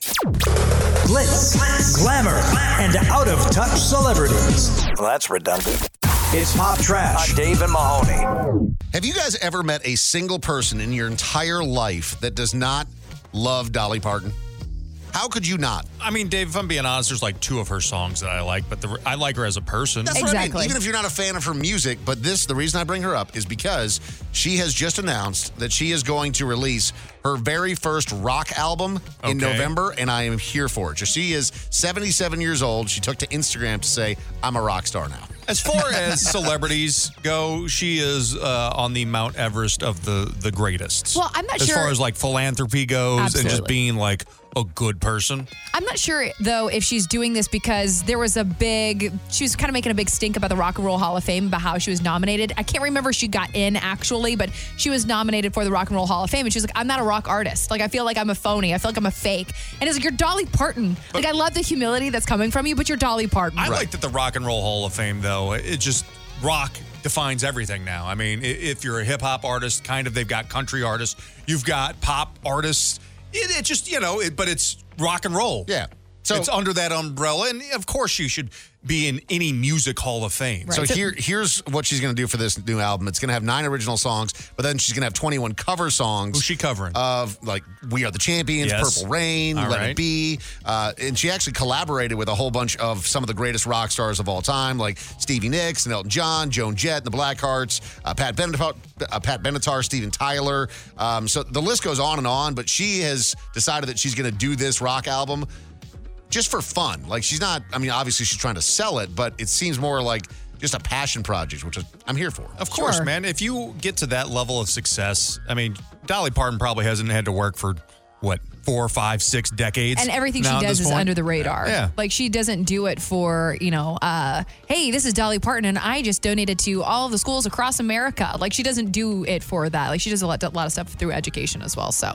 Speaker 2: Glitz, glamour, and out of touch celebrities. Well, that's redundant. It's pop trash. On Dave and Mahoney.
Speaker 1: Have you guys ever met a single person in your entire life that does not love Dolly Parton? How could you not?
Speaker 3: I mean, Dave, if I'm being honest, there's like two of her songs that I like, but the, I like her as a person.
Speaker 1: That's what I
Speaker 4: Exactly.
Speaker 1: mean. Even if you're not a fan of her music, but this, the reason I bring her up is because she has just announced that she is going to release her very first rock album in
Speaker 3: Okay.
Speaker 1: November, and I am here for it. So she is 77 years old. She took to Instagram to say, I'm a rock star now.
Speaker 3: As far as celebrities go, she is uh, on the Mount Everest of the the greatest.
Speaker 4: Well, I'm not
Speaker 3: as
Speaker 4: sure-
Speaker 3: far as like philanthropy goes and just
Speaker 4: Absolutely.
Speaker 3: being like a good person.
Speaker 4: I'm not sure though if she's doing this because there was a big she was kind of making a big stink about the Rock and Roll Hall of Fame about how she was nominated. I can't remember if she got in actually, but she was nominated for the Rock and Roll Hall of Fame and she was like, I'm not a rock artist. Like I feel like I'm a phony. I feel like I'm a fake. And it's like you're Dolly Parton. like I love the humility that's coming from you, but you're Dolly Parton.
Speaker 3: I like that the Rock and Roll Hall of Fame, though. It just rock defines everything now. I mean, i- if you're a hip hop artist, kind of, they've got country artists, you've got pop artists. It, it just, you know, it, but it's rock and roll. Yeah. So it's under that umbrella. And of course, you should be in any music hall of fame.
Speaker 1: So here, here's what she's going to do for this new album. It's going to have nine original songs, but then she's going to have 21 cover songs. Who's she
Speaker 3: covering?
Speaker 1: Of like "We Are the Champions,"
Speaker 3: Yes.
Speaker 1: "Purple Rain,"
Speaker 3: All
Speaker 1: "Let
Speaker 3: right.
Speaker 1: It Be," uh, and she actually collaborated with a whole bunch of some of the greatest rock stars of all time, like Stevie Nicks and Elton John, Joan Jett and the Blackhearts, uh, Pat Benatar, uh, Pat Benatar, Steven Tyler. Um, so the list goes on and on. But she has decided that she's going to do this rock album just for fun. Like she's not. I mean, obviously she's trying to sell it, but it seems more like just a passion project, which is, I'm here for.
Speaker 3: Of course, man. If you get to that level of success, I mean, Dolly Parton probably hasn't had to work for what four, five, six decades,
Speaker 4: and everything
Speaker 3: now
Speaker 4: she
Speaker 3: at
Speaker 4: does
Speaker 3: this
Speaker 4: is
Speaker 3: point.
Speaker 4: under the radar.
Speaker 3: Yeah.
Speaker 4: Like she doesn't do it for, you know, uh, hey, this is Dolly Parton and I just donated to all the schools across America. Like she doesn't do it for that. Like she does a lot, a lot of stuff through education as well. So,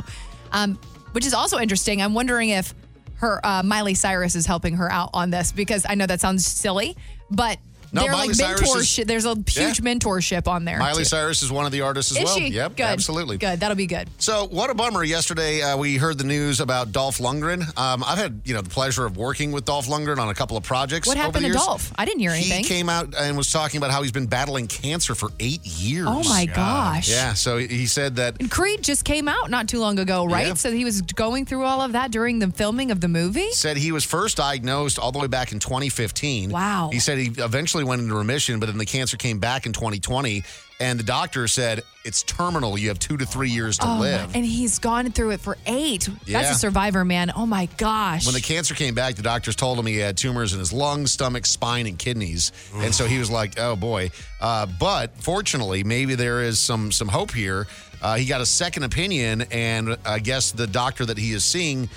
Speaker 4: um, which is also interesting. I'm wondering if her uh, Miley Cyrus is helping her out on this because I know that sounds silly, but
Speaker 1: No,
Speaker 4: they're
Speaker 1: Miley
Speaker 4: like
Speaker 1: Cyrus is-
Speaker 4: mentorship. There's a huge
Speaker 1: Yeah.
Speaker 4: mentorship on there.
Speaker 1: Miley
Speaker 4: too.
Speaker 1: Cyrus is one of the artists as
Speaker 4: Is
Speaker 1: well.
Speaker 4: she?
Speaker 1: Yep,
Speaker 4: Good.
Speaker 1: absolutely.
Speaker 4: Good. That'll be good.
Speaker 1: So, what a bummer! Yesterday, uh, we heard the news about Dolph Lundgren. Um, I've had you know the pleasure of working with Dolph Lundgren on a couple of projects.
Speaker 4: What
Speaker 1: over
Speaker 4: happened
Speaker 1: the
Speaker 4: to
Speaker 1: years.
Speaker 4: Dolph? I didn't hear anything.
Speaker 1: He came out and was talking about how he's been battling cancer for eight years.
Speaker 4: Oh my Yeah. gosh.
Speaker 1: Yeah. So he- he said that
Speaker 4: And Creed just came out not too long ago, right?
Speaker 1: Yeah.
Speaker 4: So he was going through all of that during the filming of the movie.
Speaker 1: Said he was first diagnosed all the way back in 2015.
Speaker 4: Wow.
Speaker 1: He said he eventually went into remission, but then the cancer came back in 2020. And the doctor said, it's terminal. You have two to three years to
Speaker 4: Oh,
Speaker 1: live.
Speaker 4: my- and he's gone through it for eight.
Speaker 1: Yeah.
Speaker 4: That's a survivor, man. Oh my gosh.
Speaker 1: When the cancer came back, the doctors told him he had tumors in his lungs, stomach, spine, and kidneys, and so he was like, "Oh boy." Uh, but fortunately, maybe there is some some hope here. Uh, he got a second opinion, and I guess the doctor that he is seeing,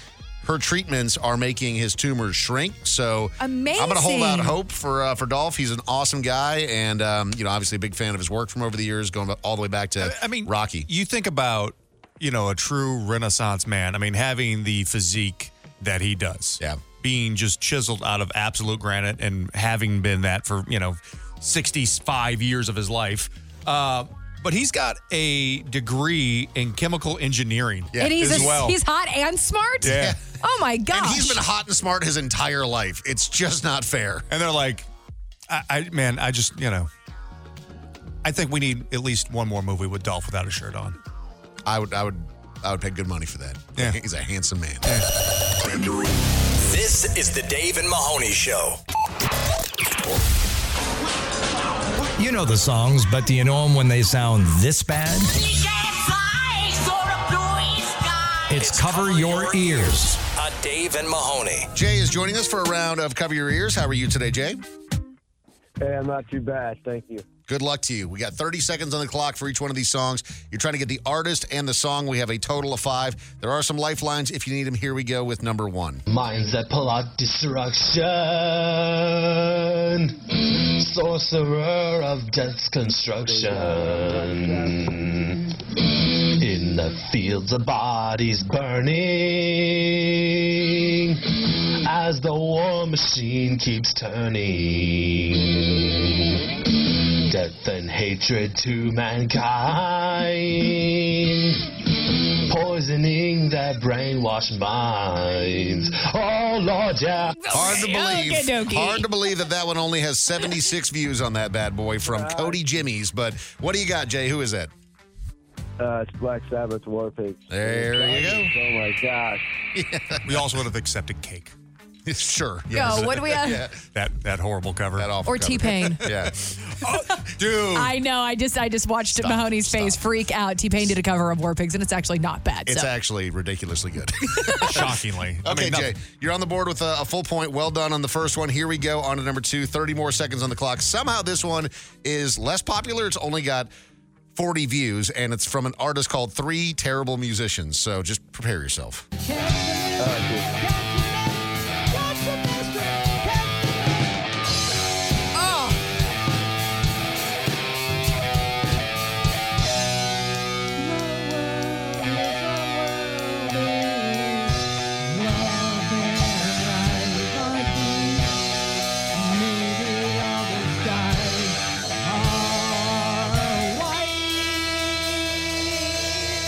Speaker 1: her treatments are making his tumors shrink. So I'm going to hold out
Speaker 4: Amazing.
Speaker 1: hope for uh, for Dolph. He's an awesome guy, and um, you know, obviously a big fan of his work from over the years, going all the way back to I mean Rocky.
Speaker 3: You think about, you know, a true Renaissance man. I mean, having the physique that he does, yeah, being just chiseled out of absolute granite, and having been that for you know, sixty-five years of his life. Uh, but he's got a degree in chemical engineering,
Speaker 4: and he's
Speaker 3: as
Speaker 4: a-
Speaker 3: well.
Speaker 4: he's hot and smart.
Speaker 3: Yeah.
Speaker 4: Oh my gosh.
Speaker 1: And he's been hot and smart his entire life. It's just not fair.
Speaker 3: and they're like, I, I man, I just you know, I think we need at least one more movie with Dolph without a shirt on.
Speaker 1: I would, I would, I would pay good money for that. Yeah. He's a handsome man.
Speaker 13: This is the Dave and Mahoney Show.
Speaker 2: You know the songs, but do you know them when they sound this bad? It's, cover, your, ears.
Speaker 13: Uh, Dave and Mahoney.
Speaker 1: Jay is joining us for a round of Cover Your Ears. How are you today, Jay?
Speaker 14: Hey, I'm not too bad. Thank you.
Speaker 1: Good luck to you. We got 30 seconds on the clock for each one of these songs. You're trying to get the artist and the song. We have a total of five. There are some lifelines if you need them. Here we go with number one.
Speaker 15: Minds that plot destruction. Sorcerer of death's construction. In the fields of bodies burning. As the war machine keeps turning. Death and hatred to mankind poisoning their brainwashed minds. Oh Lord, yeah.
Speaker 1: Hard to believe. Hard to believe that that one only has 76 views on that bad boy from Cody Jimmy's. But what do you got, Jay? Who is that?
Speaker 14: Uh, it's Black Sabbath War Pigs.
Speaker 1: There you go.
Speaker 14: Oh my gosh.
Speaker 3: We also would have accepted cake.
Speaker 1: sure.
Speaker 4: Go, what do we have?
Speaker 3: That that horrible cover. That
Speaker 1: awful
Speaker 4: Or cover. T-Pain.
Speaker 1: yeah. Oh,
Speaker 3: dude.
Speaker 4: I know. I just I just watched
Speaker 1: Stop,
Speaker 4: Mahoney's face freak out. T Pain did a cover of War Pigs, and it's actually not bad.
Speaker 1: It's
Speaker 4: so.
Speaker 1: actually ridiculously good.
Speaker 3: Shockingly. I
Speaker 1: Okay,
Speaker 3: mean,
Speaker 1: Jay,
Speaker 3: nothing-
Speaker 1: you're on the board with a, a full point. Well done on the first one. Here we go on to number two. 30 more seconds on the clock. Somehow this one is less popular. It's only got 40 views, and it's from an artist called Three Terrible Musicians. So just prepare yourself.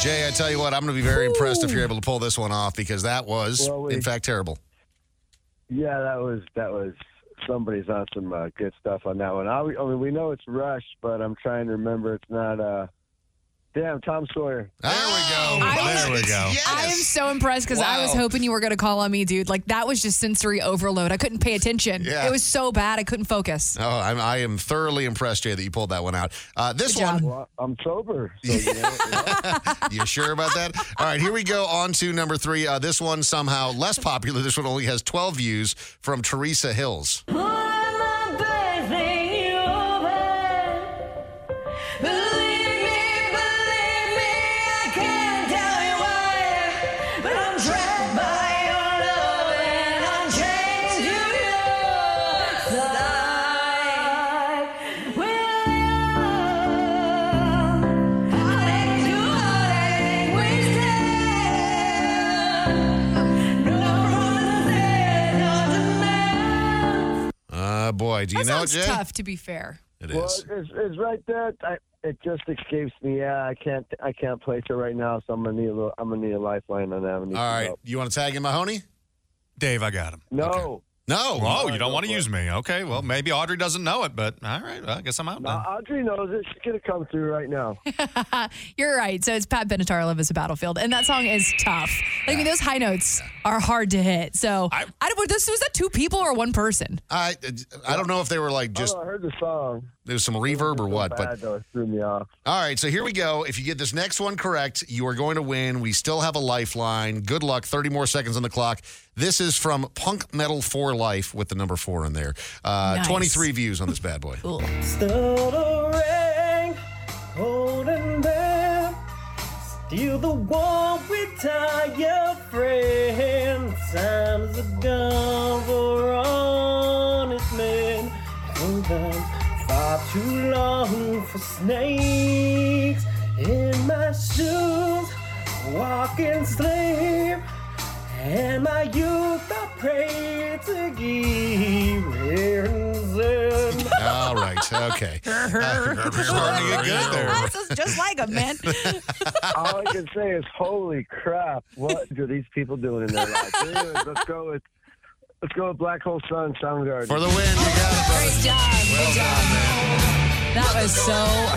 Speaker 1: Jay, I tell you what, I'm going to be very impressed if you're able to pull this one off because that was,
Speaker 14: Well, we-
Speaker 1: in fact, terrible.
Speaker 14: Yeah, that was that was somebody's on some uh, good stuff on that one. I, I mean, we know it's Rush, but I'm trying to remember it's not. Uh, damn, Tom Sawyer.
Speaker 1: There Ah! we
Speaker 14: go.
Speaker 3: there we go.
Speaker 4: I am so impressed because I was
Speaker 14: Wow.
Speaker 4: hoping you were going to call on me, dude. Like that was just sensory overload. I couldn't pay attention.
Speaker 1: Yeah.
Speaker 4: It was so bad I couldn't focus.
Speaker 1: Oh, I'm, I am thoroughly impressed, Jay, that you pulled that one out. Uh, this
Speaker 4: Good
Speaker 1: one.
Speaker 4: job.
Speaker 14: I'm sober.
Speaker 1: you sure about that? All right, here we go on to number three. Uh, this one somehow less popular. This one only has 12 views from Teresa Hills. Uh, boy, do you
Speaker 4: that
Speaker 1: know it,
Speaker 4: sounds
Speaker 1: Jay?
Speaker 4: tough, to be fair.
Speaker 1: It
Speaker 14: well,
Speaker 1: is.
Speaker 14: It's, it's right there. I, it just escapes me. Yeah, I can't. I can't place it right now. So I'm gonna need a. Little, I'm gonna need a lifeline on that. I'm gonna need
Speaker 1: All
Speaker 14: some
Speaker 1: right,
Speaker 14: help.
Speaker 1: you want to tag in Mahoney?
Speaker 3: Dave, I got him.
Speaker 14: No.
Speaker 1: No.
Speaker 3: Oh, you don't want to use me. Okay, well, maybe Audrey doesn't know it, but all right, well, I guess I'm out
Speaker 14: No,
Speaker 3: then.
Speaker 14: Uh, Audrey knows it. She's gonna come through right now.
Speaker 4: You're right. So it's Pat Benatar, Love is a Battlefield. And that song is tough. Like, I mean, those high notes are hard to hit. So I, don't know. This, was that two people or one person?
Speaker 1: I I don't know if they were like just
Speaker 14: I heard the song.
Speaker 1: there's some reverb or what, but
Speaker 14: Bad though. It threw me off.
Speaker 1: all right. So here we go. If you get this next one correct, you are going to win. We still have a lifeline. Good luck. Thirty more seconds on the clock. This is from Punk Metal for Life with the number four in there. Uh,
Speaker 12: Nice.
Speaker 1: Twenty three views on this bad boy.
Speaker 12: Stuttering, holding back, steal the warm with tired friends. Time's a gun for honest men. Sometimes far too long for snakes in my shoes, walking slave. And my youth I pray to give errands in.
Speaker 1: All right. Okay. Uh, starting to get good there.
Speaker 4: just like a man.
Speaker 14: All I can say is, holy crap! What are these people doing in their lives? Anyways, let's go with let's go with Black Hole Sun Soundgarden
Speaker 1: for the win.
Speaker 4: Great job. Good job. That was so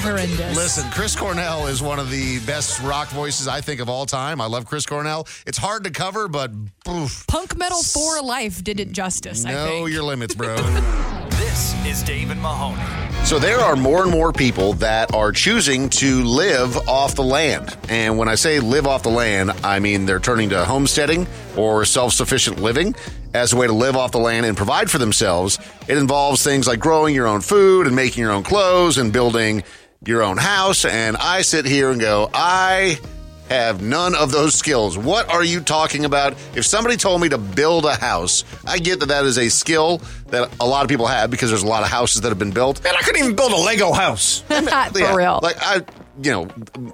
Speaker 4: horrendous.
Speaker 1: Listen, Chris Cornell is one of the best rock voices I think of all time. I love Chris Cornell. It's hard to cover, but oof,
Speaker 4: Punk Metal for Life did it justice, I
Speaker 1: know
Speaker 4: think.
Speaker 1: your limits, bro.
Speaker 13: This is Dave and Mahoney.
Speaker 1: so there are more and more people that are choosing to live off the land. And when I say live off the land, I mean they're turning to homesteading or self-sufficient living as a way to live off the land and provide for themselves. It involves things like growing your own food and making your own clothes and building your own house. And I sit here and go, I have none of those skills. What are you talking about? If somebody told me to build a house, I get that that is a skill that a lot of people have because there's a lot of houses that have been built. And I couldn't even build a Lego house.
Speaker 4: For real.
Speaker 1: Like I, you know,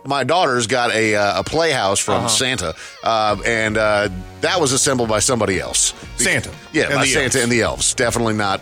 Speaker 1: my daughter's got a uh, a playhouse from
Speaker 3: Uh-huh.
Speaker 1: Santa, uh, and uh, that was assembled by somebody else.
Speaker 3: Santa.
Speaker 1: Yeah,
Speaker 3: And
Speaker 1: by
Speaker 3: the
Speaker 1: Santa
Speaker 3: elves.
Speaker 1: and the elves. Definitely not.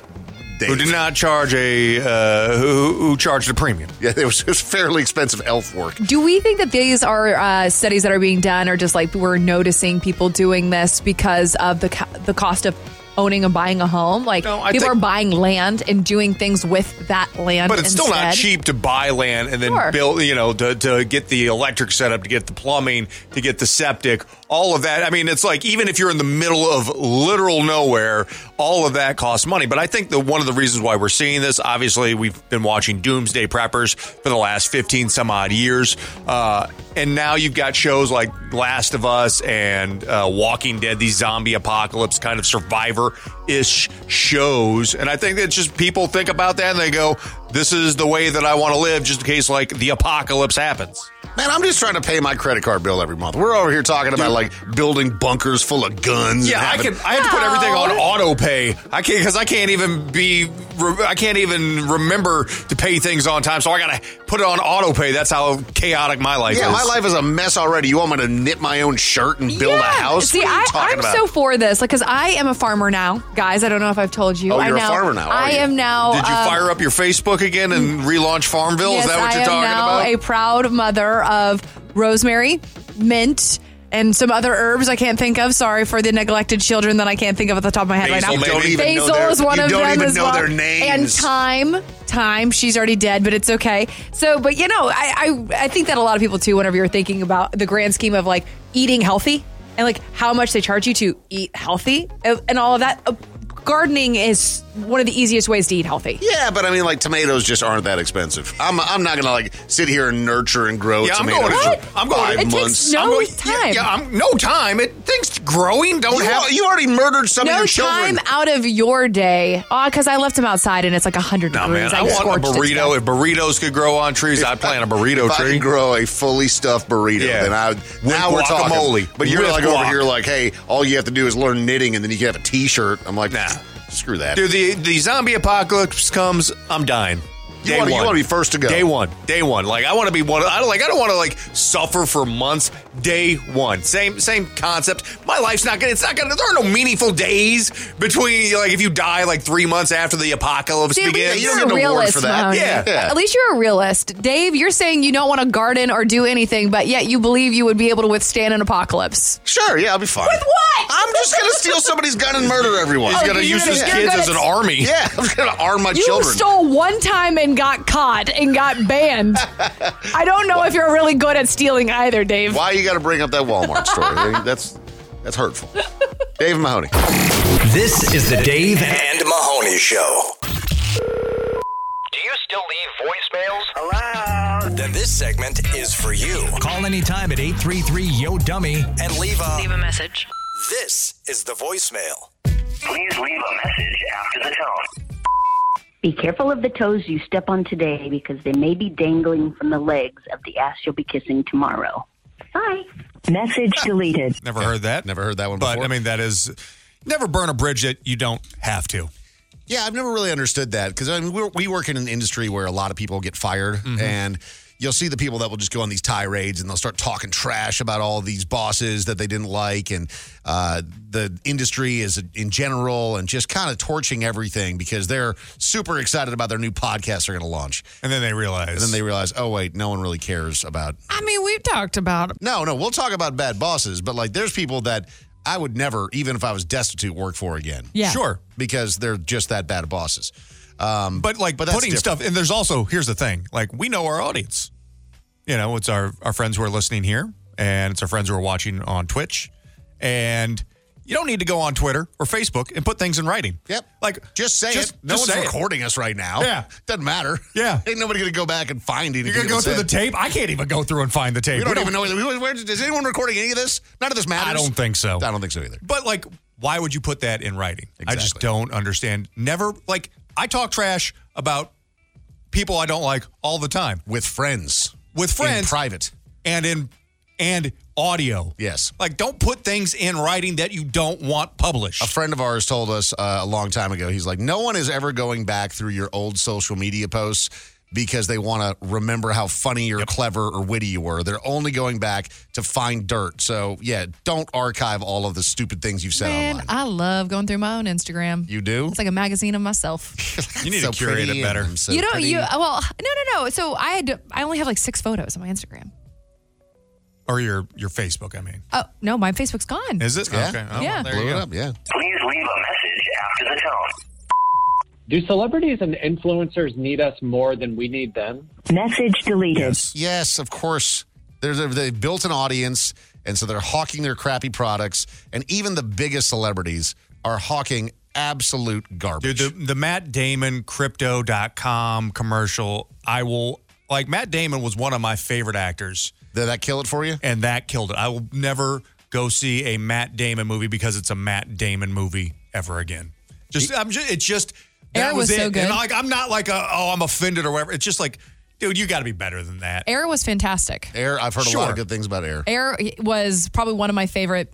Speaker 1: Dave.
Speaker 3: Who did not charge a uh, who, who charged a premium?
Speaker 1: Yeah, it was, it was fairly expensive elf work.
Speaker 5: Do we think that these are uh, studies that are being done, or just like we're noticing people doing this because of the co- the cost of owning and buying a home? Like
Speaker 3: I
Speaker 5: people
Speaker 3: think-
Speaker 5: are buying land and doing things with that land.
Speaker 3: But it's still not
Speaker 5: instead.
Speaker 3: cheap to buy land and then
Speaker 5: Sure.
Speaker 3: build, you know, to, to get the electric set up, to get the plumbing, to get the septic, all of that. I mean, it's like even if you're in the middle of literal nowhere, all of that costs money. But I think that one of the reasons why we're seeing this, obviously, we've been watching doomsday preppers for the last 15 some odd years. Uh, and now you've got shows like Last of Us and uh, Walking Dead, these zombie apocalypse kind of survivor ish shows. And I think that just people think about that and they go, this is the way that I want to live just in case like the apocalypse happens.
Speaker 1: Man, I'm just trying to pay my credit card bill every month. We're over here talking about like building bunkers full of guns.
Speaker 3: Yeah,
Speaker 1: and
Speaker 3: I
Speaker 1: having-
Speaker 3: can. I have to put everything on auto pay. I can't because I can't even be. re- I can't even remember to pay things on time. So I gotta put it on auto pay. That's how chaotic my life
Speaker 1: yeah,
Speaker 3: is.
Speaker 1: my life is a mess already. You want me to knit my own shirt and build a house?
Speaker 4: See,
Speaker 1: what are you
Speaker 4: I,
Speaker 1: talking
Speaker 4: I'm
Speaker 1: about?
Speaker 4: so for this, like, because I am a farmer now, guys. I don't know if I've told you.
Speaker 1: Oh,
Speaker 4: I
Speaker 1: you're a
Speaker 4: now-
Speaker 1: farmer now, are
Speaker 4: I
Speaker 1: you?
Speaker 4: am now.
Speaker 3: Did you
Speaker 4: um,
Speaker 3: fire up your Facebook again and relaunch Farmville?
Speaker 4: Yes,
Speaker 3: is that what
Speaker 4: I
Speaker 3: you're
Speaker 4: am
Speaker 3: talking
Speaker 4: now
Speaker 3: about?
Speaker 4: a proud mother of rosemary, mint, and some other herbs I can't think of. Sorry for the neglected children that I can't think of at the top of my head
Speaker 1: Basil,
Speaker 4: right now.
Speaker 1: maybe. You don't even know
Speaker 4: Basil
Speaker 1: their-
Speaker 4: is one
Speaker 1: you
Speaker 4: of
Speaker 1: don't
Speaker 4: them
Speaker 1: even
Speaker 4: as
Speaker 1: know
Speaker 4: well.
Speaker 1: their names.
Speaker 4: And time, time. She's already dead, but it's okay. So, but you know, I, I I think that a lot of people too. Whenever you're thinking about the grand scheme of like eating healthy and like how much they charge you to eat healthy and and all of that. uh, Gardening is one of the easiest ways to eat healthy.
Speaker 1: yeah, but I mean, like tomatoes just aren't that expensive. I'm I'm not gonna like sit here and nurture and grow
Speaker 3: Yeah, I'm
Speaker 1: tomatoes.
Speaker 3: going to-
Speaker 1: for
Speaker 3: What? I'm going-
Speaker 1: five
Speaker 3: It takes
Speaker 1: months.
Speaker 3: no
Speaker 1: I'm going-
Speaker 4: time.
Speaker 3: Yeah, I'm, no time. It things growing don't
Speaker 1: You
Speaker 3: have.
Speaker 1: al- you already murdered some of
Speaker 4: no
Speaker 1: your children.
Speaker 4: time out of your day. Oh, because I left him outside and it's like 100
Speaker 3: Oh,
Speaker 4: degrees.
Speaker 3: man, I want a
Speaker 4: scorched it today.
Speaker 3: burrito. If burritos could grow on trees, I'd plant a burrito
Speaker 1: if I
Speaker 3: tree.
Speaker 1: could grow a fully stuffed burrito,
Speaker 3: Yeah.
Speaker 1: then I now we're
Speaker 3: guacamole.
Speaker 1: talking. But you're
Speaker 3: With
Speaker 1: like
Speaker 3: guac.
Speaker 1: over here, like, hey, all you have to do is learn knitting, and then you can have a T-shirt. I'm like, nah, screw that.
Speaker 3: Dude, the the zombie apocalypse comes, I'm dying.
Speaker 1: You wanna- you wanna be first to go.
Speaker 3: Day one. Day one. Like I want to be one. of- I don't like. I don't want to like suffer for months. Day one. Same same concept. My life's not gonna. It's not gonna. There are no meaningful days between. Like if you die like three months after the apocalypse
Speaker 4: See, at
Speaker 3: begins,
Speaker 4: least you're a realist, Mahoney.
Speaker 3: Yeah.
Speaker 4: At least you're a realist. Dave, you're saying you don't want to garden or do anything, but yet you believe you would be able to withstand an apocalypse.
Speaker 1: Sure, yeah, I'll be fine.
Speaker 4: With what?
Speaker 1: I'm just gonna steal somebody's gun and murder everyone.
Speaker 4: He's Oh, gonna you're use gonna- his you're kids gonna- as an army.
Speaker 1: Yeah, I'm just gonna arm my
Speaker 4: you
Speaker 1: children.
Speaker 4: stole one time and got caught and got banned. I don't know if you're really good at stealing either, Dave.
Speaker 1: Why you got to bring up that Walmart story? that's that's hurtful. Dave Mahoney.
Speaker 16: This is the Dave
Speaker 2: And Mahoney Show. Then this segment is for you.
Speaker 16: Call anytime at 833 Yo Dummy.
Speaker 2: And leave a
Speaker 12: Leave a message.
Speaker 2: This is the voicemail.
Speaker 6: Please leave a message after the tone.
Speaker 14: Be careful of the toes you step on today because they may be dangling from the legs of the ass you'll be kissing tomorrow. Bye. Message deleted.
Speaker 3: Never heard that.
Speaker 1: Never heard that one.
Speaker 3: But I mean, that is never burn a bridge that you don't have to.
Speaker 1: Yeah, I've never really understood that because I mean, we're, we work in an industry where a lot of people get fired
Speaker 3: Mm-hmm.
Speaker 1: and. You'll see the people that will just go on these tirades and they'll start talking trash about all these bosses that they didn't like and uh, the industry is in general and just kind of torching everything because they're super excited about their new podcast they're going to launch.
Speaker 3: And then they realize.
Speaker 1: And then they realize, oh, wait, no one really cares about
Speaker 17: I mean, we've talked about it.
Speaker 1: No, no, we'll talk about bad bosses, but like there's people that I would never, even if I was destitute, work for again.
Speaker 17: Yeah.
Speaker 3: Sure.
Speaker 1: Because they're just that bad of bosses. Um,
Speaker 3: but like
Speaker 1: but that's
Speaker 3: putting
Speaker 1: different.
Speaker 3: stuff and there's also here's the thing like we know our audience you know it's our our friends who are listening here and it's our friends who are watching on twitch and you don't need to go on twitter or facebook and put things in writing
Speaker 1: Yep.
Speaker 3: like
Speaker 1: Just say
Speaker 3: just-
Speaker 1: it. No
Speaker 3: just
Speaker 1: one's
Speaker 3: say it.
Speaker 1: recording us right now.
Speaker 3: Yeah.
Speaker 1: Doesn't matter.
Speaker 3: Yeah.
Speaker 1: Ain't nobody going to go back and find anything.
Speaker 3: you're gonna go
Speaker 1: that's
Speaker 3: through the
Speaker 1: said.
Speaker 3: tape i can't even go through and find the tape
Speaker 1: We don't, even know. Where, where, is anyone recording any of this? None of this matters.
Speaker 3: i don't think so
Speaker 1: I don't think so either.
Speaker 3: But like, why would you put that in writing? I just don't understand. Never like I talk trash about people I don't like all the time
Speaker 1: with friends,
Speaker 3: with friends,
Speaker 1: private,
Speaker 3: and in and audio.
Speaker 1: Yes.
Speaker 3: Like, don't put things in writing that you don't want published.
Speaker 1: A friend of ours told us uh, a long time ago. He's like, no one is ever going back through your old social media posts because they want to remember how funny or clever or witty you were. They're only going back to find dirt. So yeah, don't archive all of the stupid things you've said
Speaker 18: Man,
Speaker 1: online.
Speaker 18: I love going through my own Instagram.
Speaker 1: You do.
Speaker 18: It's like a magazine of myself.
Speaker 3: you need
Speaker 1: so
Speaker 3: to curate
Speaker 1: pretty
Speaker 3: it better.
Speaker 1: and so
Speaker 18: you don't.
Speaker 1: pretty.
Speaker 18: You well, no, no, no. So I had. To, I only have like six photos on my Instagram.
Speaker 3: or your your Facebook. I mean,
Speaker 18: Oh no, my Facebook's gone.
Speaker 3: is it?
Speaker 18: Yeah.
Speaker 3: Okay. Oh,
Speaker 18: Yeah.
Speaker 3: There you
Speaker 1: Blew it
Speaker 3: go.
Speaker 1: up, yeah.
Speaker 6: Please leave a message after the tone.
Speaker 15: Do celebrities and influencers need us more than we need them?
Speaker 14: Message deleted.
Speaker 3: Yes.
Speaker 1: Yes, of course. There's a, they've built an audience, and so they're hawking their crappy products. And even the biggest celebrities are hawking absolute garbage.
Speaker 3: Dude, the, the Matt Damon crypto.com commercial, I will like Matt Damon was one of my favorite actors.
Speaker 1: Did that kill it for you?
Speaker 3: And that killed it. I will never go see a Matt Damon movie because it's a Matt Damon movie ever again. Just I'm just it's just that
Speaker 4: Air was
Speaker 3: it.
Speaker 4: so good.
Speaker 3: And like I'm not like a, oh I'm offended or whatever. It's just like dude, you got to be better than that.
Speaker 4: Air was fantastic.
Speaker 1: Air, I've heard a lot
Speaker 3: Sure.
Speaker 1: of good things about Air.
Speaker 4: Air was probably one of my favorite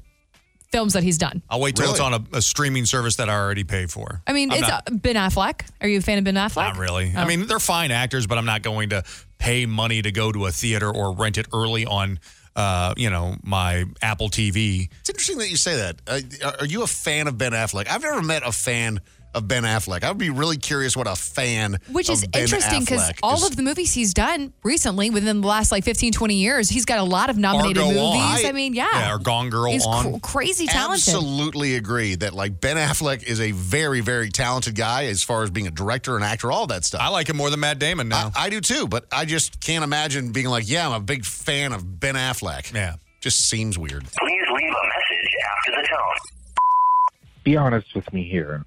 Speaker 4: films that he's done.
Speaker 3: I'll wait till it's on a, a streaming service that I already pay for.
Speaker 4: I mean,
Speaker 3: I'm
Speaker 4: it's
Speaker 3: not,
Speaker 4: uh, Ben Affleck. Are you a fan of Ben Affleck?
Speaker 3: not really. I
Speaker 4: Oh.
Speaker 3: mean, they're fine actors, but I'm not going to pay money to go to a theater or rent it early on uh, you know, my Apple TV.
Speaker 1: It's interesting that you say that. Uh, are you a fan of Ben Affleck? I've never met a fan of Ben Affleck. I would be really curious what a fan
Speaker 4: Which
Speaker 1: of
Speaker 4: is
Speaker 1: Oh, Ben
Speaker 4: interesting because
Speaker 1: Affleck
Speaker 4: all
Speaker 1: is.
Speaker 4: of the movies he's done recently within the last like 15, 20 years, he's got a lot of nominated
Speaker 1: Argo
Speaker 4: movies.
Speaker 1: on.
Speaker 4: I, mean, yeah.
Speaker 1: Yeah, or Gone Girl
Speaker 4: he's
Speaker 1: on.
Speaker 4: cr- crazy talented.
Speaker 1: absolutely agree that like Ben Affleck is a very very talented guy as far as being a director and actor, all that stuff. I
Speaker 3: like him more than Matt Damon now.
Speaker 1: I, do too, but I just can't imagine being like, yeah, I'm a big fan of Ben Affleck.
Speaker 3: Yeah,
Speaker 1: just seems weird.
Speaker 6: Please leave a message after the tone.
Speaker 19: Be honest with me here.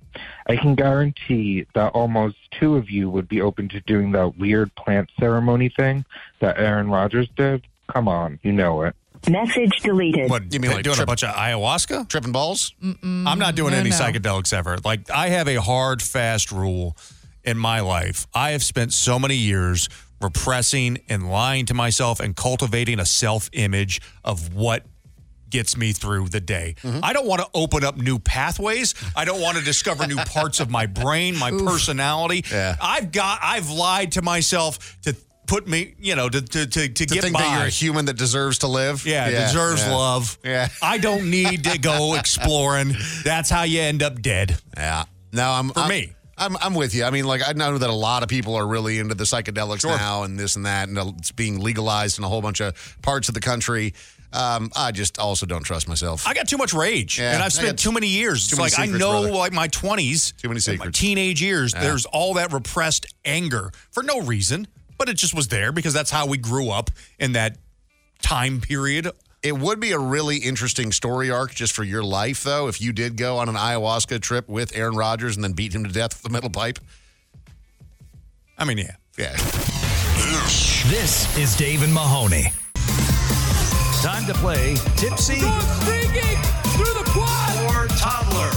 Speaker 19: I can guarantee that almost two of you would be open to doing that weird plant ceremony thing that Aaron Rodgers did. Come on, you know it.
Speaker 10: Message deleted.
Speaker 3: What you mean? Like doing a bunch of ayahuasca,
Speaker 1: tripping balls?
Speaker 10: Mm-mm.
Speaker 3: I'm not doing
Speaker 10: No,
Speaker 3: any
Speaker 10: no.
Speaker 3: psychedelics ever. Like I have a hard, fast rule in my life. I have spent so many years repressing and lying to myself and cultivating a self-image of what gets me through the day.
Speaker 1: Mm-hmm.
Speaker 3: I don't want to open up new pathways. I don't want to discover new parts of my brain, my personality. I've got I've lied to myself to put me, you know, to to to, to,
Speaker 1: To
Speaker 3: get
Speaker 1: think
Speaker 3: by.
Speaker 1: that you're a human that deserves to live.
Speaker 3: Yeah, deserves
Speaker 1: yeah.
Speaker 3: love.
Speaker 1: Yeah.
Speaker 3: I don't need to go exploring. That's how you end up dead.
Speaker 1: Yeah. No, I'm
Speaker 3: For
Speaker 1: I'm-
Speaker 3: me.
Speaker 1: I'm I'm with you. I mean, like I know that a lot of people are really into the psychedelics now and this and that, and it's being legalized in a whole bunch of parts of the country. Um, I just also don't trust myself.
Speaker 3: I got too much rage,
Speaker 1: Yeah,
Speaker 3: and
Speaker 1: I
Speaker 3: I've
Speaker 1: got
Speaker 3: spent too many years.
Speaker 1: too
Speaker 3: It's
Speaker 1: many
Speaker 3: like I
Speaker 1: secrets,
Speaker 3: know,
Speaker 1: brother.
Speaker 3: like my twenties, too
Speaker 1: many
Speaker 3: my teenage years.
Speaker 1: Yeah.
Speaker 3: There's all that repressed anger for no reason, but it just was there because that's how we grew up in that time period.
Speaker 1: It would be a really interesting story arc just for your life, though, if you did go on an ayahuasca trip with Aaron Rodgers and then beat him to death with a metal pipe.
Speaker 3: I mean, yeah,
Speaker 1: yeah.
Speaker 2: This is Dave and Mahoney. Time to play Tipsy
Speaker 12: through the quad.
Speaker 2: or Toddler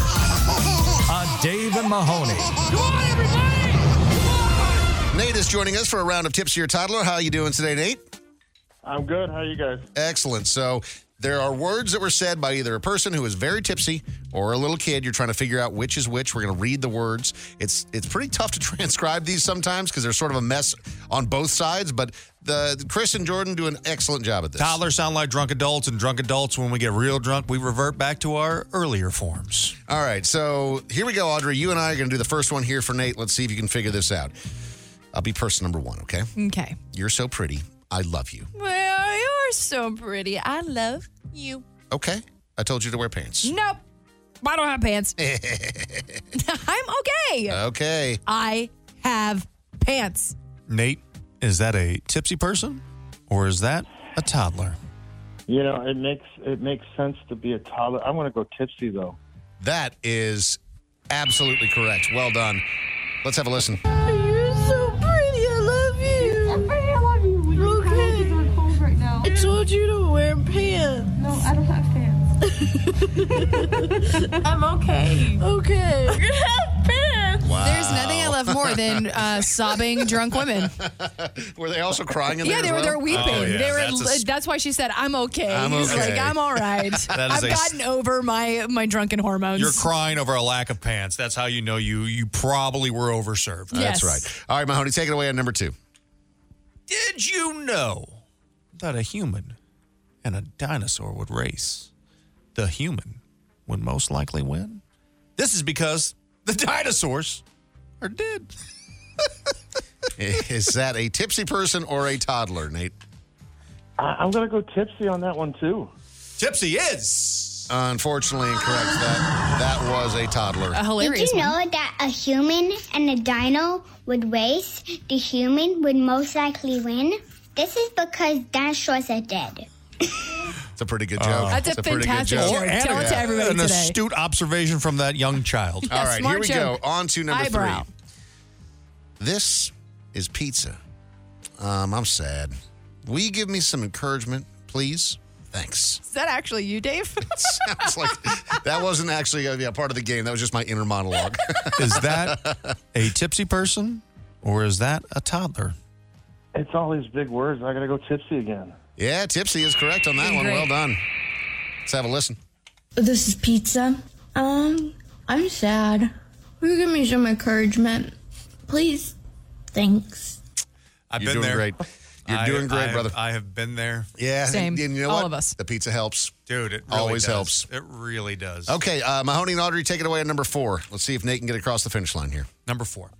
Speaker 2: on Dave and Mahoney.
Speaker 1: Nate is joining us for a round of tips to your toddler. How you doing today, Nate?
Speaker 11: I'm good. How you guys?
Speaker 1: Excellent. So there are words that were said by either a person who is very tipsy or a little kid. You're trying to figure out which is which. We're going to read the words. It's it's pretty tough to transcribe these sometimes because they're sort of a mess on both sides. But the Chris and Jordan do an excellent job at this.
Speaker 3: toddlers sound like drunk adults, and drunk adults, when we get real drunk, we revert back to our earlier forms.
Speaker 1: All right, so here we go, Audrey. You and I are going to do the first one here for Nate. Let's see if you can figure this out. I'll be person number one. Okay.
Speaker 4: Okay.
Speaker 1: You're so pretty. I love you.
Speaker 4: Well, you're so pretty. I love you.
Speaker 1: Okay. I told you to wear pants.
Speaker 4: Nope. I don't have pants. I'm okay.
Speaker 1: Okay.
Speaker 4: I have pants.
Speaker 3: Nate, is that a tipsy person, or is that a toddler?
Speaker 11: You know, it makes it makes sense to be a toddler. I'm going to go tipsy though.
Speaker 1: That is absolutely correct. Well done. Let's have a listen.
Speaker 12: You're so pretty. I love you. I love you. Okay. right now. I told you to wear pants. No, I don't have pants. I'm okay. Okay. You have pants.
Speaker 4: There's nothing I love more than uh, sobbing drunk women.
Speaker 1: Were they also crying in
Speaker 4: yeah, they
Speaker 1: there?
Speaker 4: were
Speaker 1: as
Speaker 4: they're
Speaker 1: well? Oh,
Speaker 4: weeping. they were.
Speaker 1: That's a
Speaker 4: That's, why she said, "I'm okay."
Speaker 3: I'm
Speaker 4: He's like,
Speaker 3: okay.
Speaker 4: "I'm all right.
Speaker 3: That is
Speaker 4: I've
Speaker 3: a-
Speaker 4: gotten over my my drunken hormones."
Speaker 3: You're crying over a lack of pants. That's how you know you you probably were overserved.
Speaker 4: Yes.
Speaker 1: That's right. All right, Mahoney, take it away on number two.
Speaker 3: Did you know that a human and a dinosaur would race? The human would most likely win. This is because the dinosaurs are dead.
Speaker 1: is that a tipsy person or a toddler, Nate?
Speaker 11: I, I'm going to go tipsy on that one too.
Speaker 3: Tipsy is.
Speaker 1: Unfortunately, incorrect. That that was a toddler.
Speaker 20: Did you know that a human and a dino would race? The human would most likely win. This is because dinosaurs are dead.
Speaker 1: It's a pretty good joke.
Speaker 20: Uh-huh. That's a
Speaker 1: It's pretty good
Speaker 20: fantastic
Speaker 1: joke.
Speaker 20: joke.
Speaker 1: And
Speaker 20: Tell
Speaker 1: a-
Speaker 20: it to everybody
Speaker 3: An
Speaker 20: today.
Speaker 3: astute observation from that young child.
Speaker 1: All right, here we go. On to number
Speaker 3: Eyebrow.
Speaker 1: three. This is pizza. Um, I'm sad. Will you give me some encouragement, please? Thanks.
Speaker 4: Is that actually you, Dave?
Speaker 1: sounds like That wasn't actually uh, yeah, part of the game. That was just my inner monologue.
Speaker 3: Is that a tipsy person or is that a toddler?
Speaker 11: It's all these big words. I got to go tipsy again.
Speaker 1: yeah, Tipsy is correct on that one. Well done. Let's have a listen.
Speaker 12: This is pizza. Um, I'm sad. Will you give me some encouragement? Please. Thanks.
Speaker 3: I've
Speaker 1: You're
Speaker 3: been
Speaker 1: doing
Speaker 3: there.
Speaker 1: great. You're
Speaker 3: I-
Speaker 1: doing great,
Speaker 3: I-
Speaker 1: brother.
Speaker 3: I have uh, been there.
Speaker 1: Yeah, and you know what? The pizza helps.
Speaker 3: Dude, it really
Speaker 1: always
Speaker 3: does.
Speaker 1: helps.
Speaker 3: It really does.
Speaker 1: Okay, uh, Mahoney and Audrey, take it away at number four. Let's see if Nate can get across the finish line here.
Speaker 3: Number four.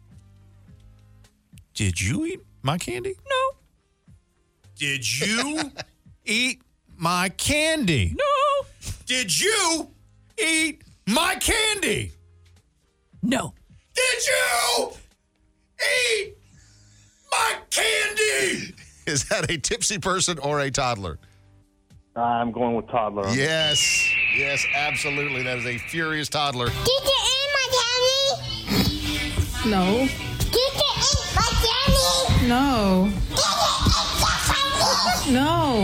Speaker 3: Did you eat my candy? No. Did you eat my candy? No. Did you eat my candy? No. Did you eat my candy?
Speaker 1: Is that a tipsy person or a toddler?
Speaker 11: I'm going with toddler.
Speaker 1: Yes, yes, absolutely. That is a furious toddler.
Speaker 20: Did you eat my candy?
Speaker 12: No.
Speaker 20: Did you eat my candy?
Speaker 12: No. No.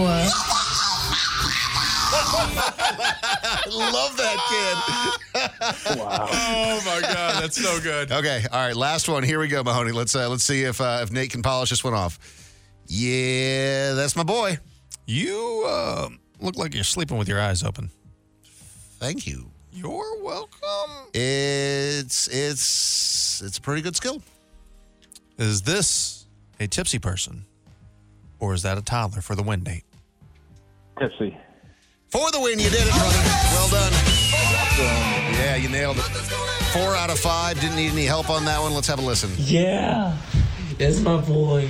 Speaker 1: I love that kid. wow.
Speaker 3: Oh my god, that's so good.
Speaker 1: Okay, all right, last one. Here we go, Mahoney. Let's uh, let's see if uh, if Nate can polish this one off. Yeah, that's my boy.
Speaker 3: You uh, look like you're sleeping with your eyes open.
Speaker 1: Thank you.
Speaker 3: You're welcome.
Speaker 1: It's it's it's a pretty good skill.
Speaker 3: Is this a tipsy person or is that a toddler for the win date?
Speaker 11: Tipsy.
Speaker 1: For the win, you did it, brother. Well done. Yeah, you nailed it. Four out of five. Didn't need any help on that one. Let's have a listen.
Speaker 21: Yeah, that's my boy.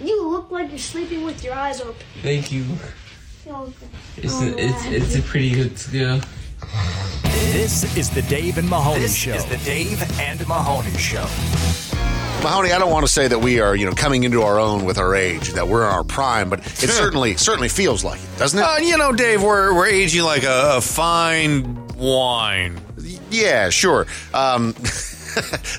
Speaker 22: You look like you're sleeping with your eyes open.
Speaker 21: Thank you. It's a, it's, it's a pretty good skill.
Speaker 2: This is the Dave and Mahoney
Speaker 21: This
Speaker 2: Show.
Speaker 21: is
Speaker 2: the Dave and Mahoney Show.
Speaker 1: Mahoney, I don't want to say that we are, you know, coming into our own with our age, that we're in our prime, but it certainly certainly feels like it, doesn't it?
Speaker 3: Uh, you know, Dave, we're, we're aging like a, a fine wine.
Speaker 1: Yeah, sure. Um,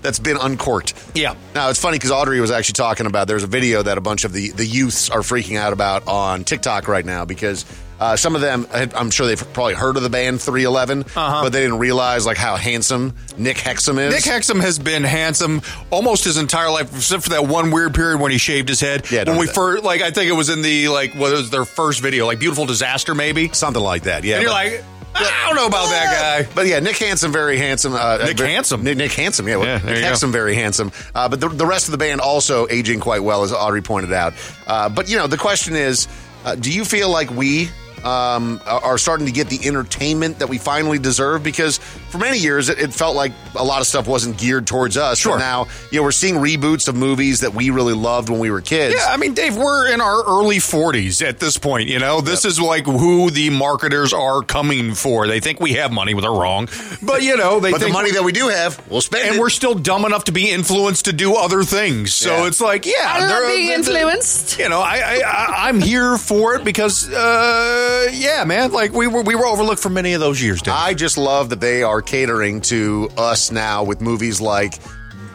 Speaker 1: that's been uncorked.
Speaker 3: Yeah.
Speaker 1: Now it's funny because Audrey was actually talking about there's a video that a bunch of the the youths are freaking out about on TikTok right now because. Uh, some of them, I- I'm sure they've probably heard of the band 311, but they didn't realize like how handsome Nick Hexum is.
Speaker 3: Uh-huh. Nick Hexum has been handsome almost his entire life, except for that one weird period when he shaved his head. Yeah,
Speaker 1: don't
Speaker 3: when we
Speaker 1: do that.
Speaker 3: first, like, I think it was in the like, what was their first video, like "Beautiful Disaster," maybe
Speaker 1: something like that. Yeah,
Speaker 3: and you're
Speaker 1: but-
Speaker 3: like, I don't know about that guy.
Speaker 1: But yeah, Nick Handsome, very handsome. Uh,
Speaker 3: Nick
Speaker 1: very-
Speaker 3: Handsome?
Speaker 1: Nick, Nick Handsome, yeah.
Speaker 3: Yeah, there
Speaker 1: Nick
Speaker 3: you go.
Speaker 1: Handsome, very handsome. Uh, but the, the rest of the band also aging quite well, as Audrey pointed out. Uh, but, you know, the question is uh, do you feel like we. Um, are are starting to get the entertainment that we finally deserve because for many years it, it felt like a lot of stuff wasn't geared towards us. Sure. But now, you know, we're seeing reboots of movies that we really loved when we were kids.
Speaker 3: Yeah, I mean, Dave, we're in our early 40s at this point. You know, this is like who the marketers are coming for. They think we have money, but they're wrong. But you know, they
Speaker 1: But the
Speaker 3: think
Speaker 1: money that we do have, we'll spend
Speaker 3: and
Speaker 1: it.
Speaker 3: we're still dumb enough to be influenced to do other things. So
Speaker 1: Yeah.
Speaker 3: it's like, yeah,
Speaker 1: I love
Speaker 3: they're-
Speaker 1: being
Speaker 3: they're- they're-
Speaker 1: influenced.
Speaker 3: You know, I, I, I I'm here for it because, uh, yeah, man, like we were we were overlooked for many of those years. Dave.
Speaker 1: I just love that they are catering to us now with movies like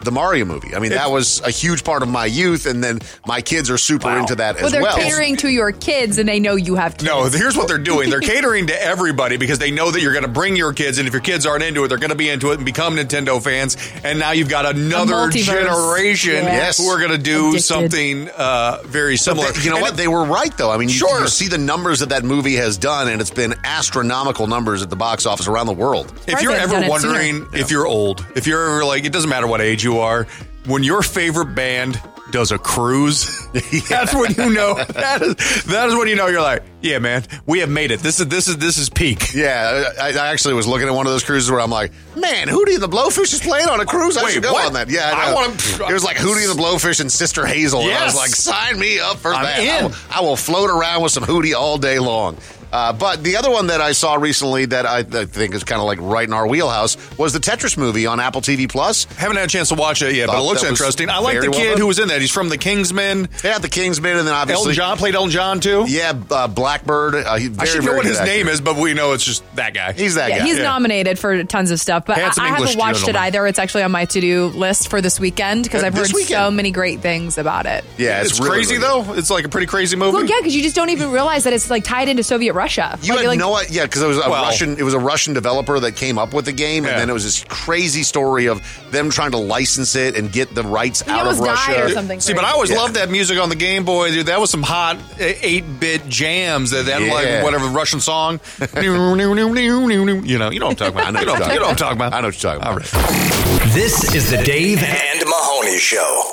Speaker 1: the Mario movie. I mean, that was a huge part of my youth, and then my kids are super into that
Speaker 5: Well,
Speaker 1: as
Speaker 5: they're
Speaker 1: well.
Speaker 5: catering to your kids, and they know you have kids.
Speaker 3: No, here's what they're doing. They're catering to everybody because they know that you're going to bring your kids, and if your kids aren't into it, they're going to be into it and become Nintendo fans. And now you've got another
Speaker 1: multiverse.
Speaker 3: generation
Speaker 1: Yes.
Speaker 3: who are going to do
Speaker 1: Addicted.
Speaker 3: something uh, very similar.
Speaker 1: But they- you know
Speaker 3: And
Speaker 1: what? They were right, though. I mean, you,
Speaker 3: Sure.
Speaker 1: you see the numbers that that movie has done, and it's been astronomical numbers at the box office around the world.
Speaker 3: If you're ever wondering if you're old, if you're ever like, it doesn't matter what age you are, when your favorite band does a cruise, that's when you know. That is, that is when you know you're like, yeah, man, we have made it. This is this is this is peak.
Speaker 1: Yeah, I, I actually was looking at one of those cruises where I'm like, man, Hootie and the Blowfish is playing on a cruise. I
Speaker 3: Wait,
Speaker 1: should go
Speaker 3: what?
Speaker 1: on that. Yeah, I,
Speaker 3: I
Speaker 1: know.
Speaker 3: wanna-
Speaker 1: It was like Hootie and the Blowfish and Sister Hazel. And I was
Speaker 3: Yes.
Speaker 1: like, sign me up for
Speaker 3: I'm
Speaker 1: that.
Speaker 3: in.
Speaker 1: I, will, I will float around with some Hootie all day long. Uh, but the other one that I saw recently that I, I think is kind of like right in our wheelhouse was the Tetris movie on Apple TV Plus.
Speaker 3: Haven't had a chance to watch it yet, but it looks interesting. I like the kid who was in that. He's from the Kingsmen.
Speaker 1: Yeah, the Kingsmen, and then obviously
Speaker 3: Elton John played Elton John too.
Speaker 1: Yeah, uh, Blackbird. Uh, he,
Speaker 3: I
Speaker 1: very,
Speaker 3: should know
Speaker 1: very
Speaker 3: what
Speaker 1: good
Speaker 3: his
Speaker 1: actor.
Speaker 3: name is, but we know it's just that guy.
Speaker 1: He's that
Speaker 4: Yeah, he's nominated for tons of stuff, but I,
Speaker 3: Handsome
Speaker 4: I haven't
Speaker 3: English
Speaker 4: watched it
Speaker 3: gentleman.
Speaker 4: either. It's actually on my to do list for this weekend because
Speaker 3: Uh,
Speaker 4: I've
Speaker 3: this
Speaker 4: heard so
Speaker 3: weekend?
Speaker 4: many great things about it.
Speaker 1: Yeah, it's
Speaker 3: it's
Speaker 1: really,
Speaker 3: crazy
Speaker 1: really
Speaker 3: though. It's like a pretty crazy movie.
Speaker 4: Well, yeah, because you just don't even realize that it's like tied into Soviet Russia.
Speaker 1: You
Speaker 4: like,
Speaker 1: had
Speaker 4: like,
Speaker 1: no idea, yeah, because it was a
Speaker 3: Well-
Speaker 1: Russian. It was a Russian developer that came up with the game, and then it was this crazy story of them trying to license it and get the rights out of Russia
Speaker 3: See, but I always
Speaker 1: Yeah.
Speaker 3: loved that music on the Game Boy, dude. That was some hot eight bit jams that that
Speaker 1: Yeah.
Speaker 3: like whatever Russian song. you know, you know what I'm talking
Speaker 1: know
Speaker 3: about. you, know,
Speaker 1: what you're
Speaker 3: you know what I'm talking about.
Speaker 1: I know what you're talking about.
Speaker 23: This is the Dave
Speaker 2: and Mahoney Show.